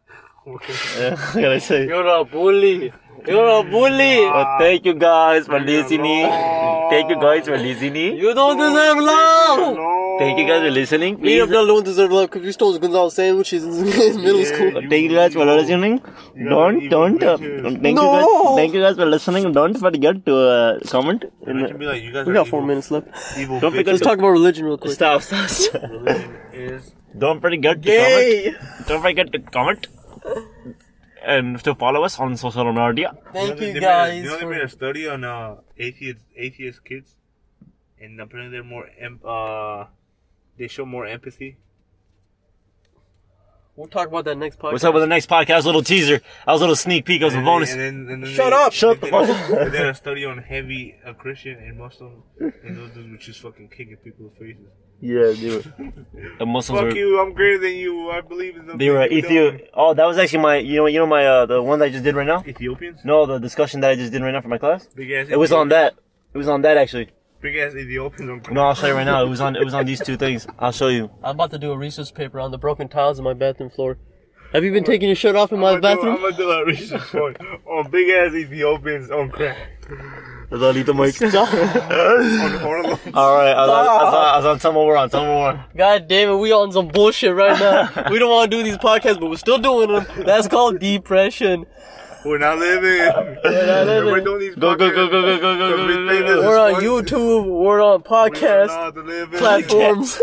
Speaker 2: Yeah, I gotta say.
Speaker 3: You're a bully. You're a bully.
Speaker 2: But Uh, thank you guys for
Speaker 4: Leave me
Speaker 2: listening.
Speaker 4: alone.
Speaker 2: Thank you guys for listening.
Speaker 3: You don't deserve love.
Speaker 4: no.
Speaker 2: Thank you guys for listening.
Speaker 3: Me
Speaker 2: Please.
Speaker 3: and Abdullah don't deserve love because we stole Gonzalo sandwiches in in middle
Speaker 4: Yeah.
Speaker 3: school.
Speaker 2: uh, Thank you guys for listening.
Speaker 4: You
Speaker 2: Don't,
Speaker 4: evil
Speaker 2: don't, uh,
Speaker 4: bitches.
Speaker 2: thank you guys,
Speaker 3: No.
Speaker 2: thank you guys for listening. Don't forget to uh, comment.
Speaker 4: And I can be like, you guys
Speaker 3: We
Speaker 4: are
Speaker 3: got four
Speaker 4: evil-
Speaker 3: minutes left.
Speaker 4: Evil
Speaker 2: Don't forget
Speaker 3: Let's
Speaker 4: bitches.
Speaker 3: talk about religion real quick.
Speaker 2: Stop, stop, stop.
Speaker 4: Religion is
Speaker 2: Don't forget to comment.
Speaker 3: Yay!
Speaker 2: Don't forget to comment. And to follow us on social media.
Speaker 3: Thank
Speaker 4: know
Speaker 3: you
Speaker 4: they
Speaker 3: guys.
Speaker 4: Made a, you know they
Speaker 3: for-
Speaker 4: made a study on uh, atheist atheist kids, and apparently they're more em- uh, they show more empathy.
Speaker 3: We'll talk about that next podcast.
Speaker 2: What's up with the next podcast? Little teaser. That was a little sneak peek. That was a
Speaker 4: And
Speaker 2: bonus.
Speaker 4: then- and then- and then
Speaker 3: Shut
Speaker 4: they-
Speaker 3: up!
Speaker 4: they
Speaker 2: Shut the
Speaker 4: did a-
Speaker 2: fuck up.
Speaker 4: They did a study on heavy uh, Christian and Muslim, and those dudes were just fucking kicking people's faces.
Speaker 2: Yeah, dude. The Muslims
Speaker 4: Fuck
Speaker 2: were
Speaker 4: you! I'm greater than you. I believe in something.
Speaker 2: They were
Speaker 4: you
Speaker 2: Ethiopia. Oh, that was actually my, you know, you know my, uh, the one that I just did right now.
Speaker 4: don't. Ethiopians.
Speaker 2: No, the discussion that I just did right now for my class.
Speaker 4: Big ass.
Speaker 2: It was on that. It was on that actually.
Speaker 4: Big ass Ethiopians on.
Speaker 2: No, I'll show you right now. It was on. It was on these two things. I'll show you.
Speaker 3: I'm about to do a research paper on the broken tiles in my bathroom floor. Have you been taking your shirt off in my
Speaker 4: I'm gonna do- I'm
Speaker 3: bathroom?
Speaker 4: gonna do a research on, on big ass Ethiopians on crack.
Speaker 2: Lolita Mike.
Speaker 4: On Harlem.
Speaker 2: All right. I was, on- I was, on- I was on. Tell me more. On. Tell me more.
Speaker 3: God damn it, we on some bullshit right now. we don't want to do these podcasts, but we're still doing them. That's called depression.
Speaker 4: We're not living. We're
Speaker 3: not living.
Speaker 4: doing these
Speaker 2: Go go go go go go go
Speaker 4: So we
Speaker 2: go go.
Speaker 4: think this
Speaker 2: go.
Speaker 3: We're on
Speaker 4: This one-
Speaker 3: YouTube. We're on
Speaker 4: We're
Speaker 3: podcast
Speaker 4: not living.
Speaker 3: platforms.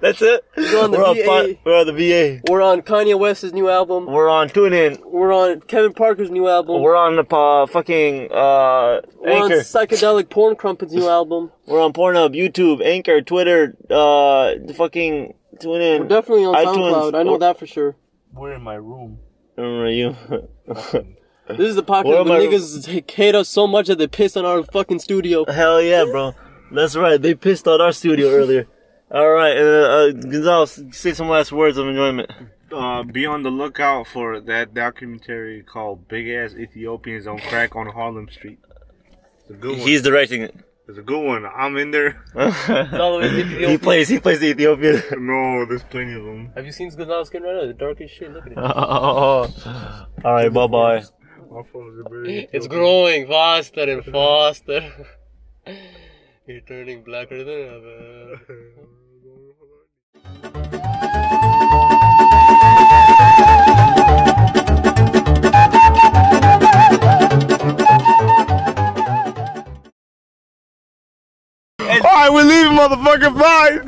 Speaker 2: That's it.
Speaker 3: on the
Speaker 2: We're on,
Speaker 3: VA.
Speaker 2: fi- we're on the VA.
Speaker 3: We're on Kanye West's new album.
Speaker 2: We're on TuneIn.
Speaker 3: We're on Kevin Parker's new album.
Speaker 2: We're on the uh, fucking uh,
Speaker 3: We're on
Speaker 2: Anchor.
Speaker 3: Psychedelic Porn Crumpet's new album.
Speaker 2: We're on Pornhub, YouTube, Anchor, Twitter, uh, fucking TuneIn.
Speaker 3: We're definitely on
Speaker 2: iTunes.
Speaker 3: SoundCloud. I know that for sure.
Speaker 4: We're in my room.
Speaker 2: I don't know you.
Speaker 3: This is the
Speaker 2: What
Speaker 3: podcast where
Speaker 2: am I-
Speaker 3: niggas hate us so much that they piss on our fucking studio.
Speaker 2: Hell yeah, bro. That's right. They pissed on our studio earlier. All right, uh, uh, Gonzalo, s- say some last words of enjoyment.
Speaker 4: Uh, be on the lookout for that documentary called "Big Ass Ethiopians on Crack on Harlem Street." It's a good one.
Speaker 2: He's directing it.
Speaker 4: it's a good one. I'm in there.
Speaker 3: all the way to Ethiopia.
Speaker 2: he plays. He plays the Ethiopian.
Speaker 4: No, there's plenty of them.
Speaker 3: Have you seen Gonzalo's skin right now? The darkest shit. Look at it.
Speaker 2: All right, bye bye.
Speaker 4: My phone's a very
Speaker 3: It's
Speaker 4: Ethiopian.
Speaker 3: growing faster and faster. You're turning blacker than ever.
Speaker 4: All right, we're leaving, motherfucker. Bye.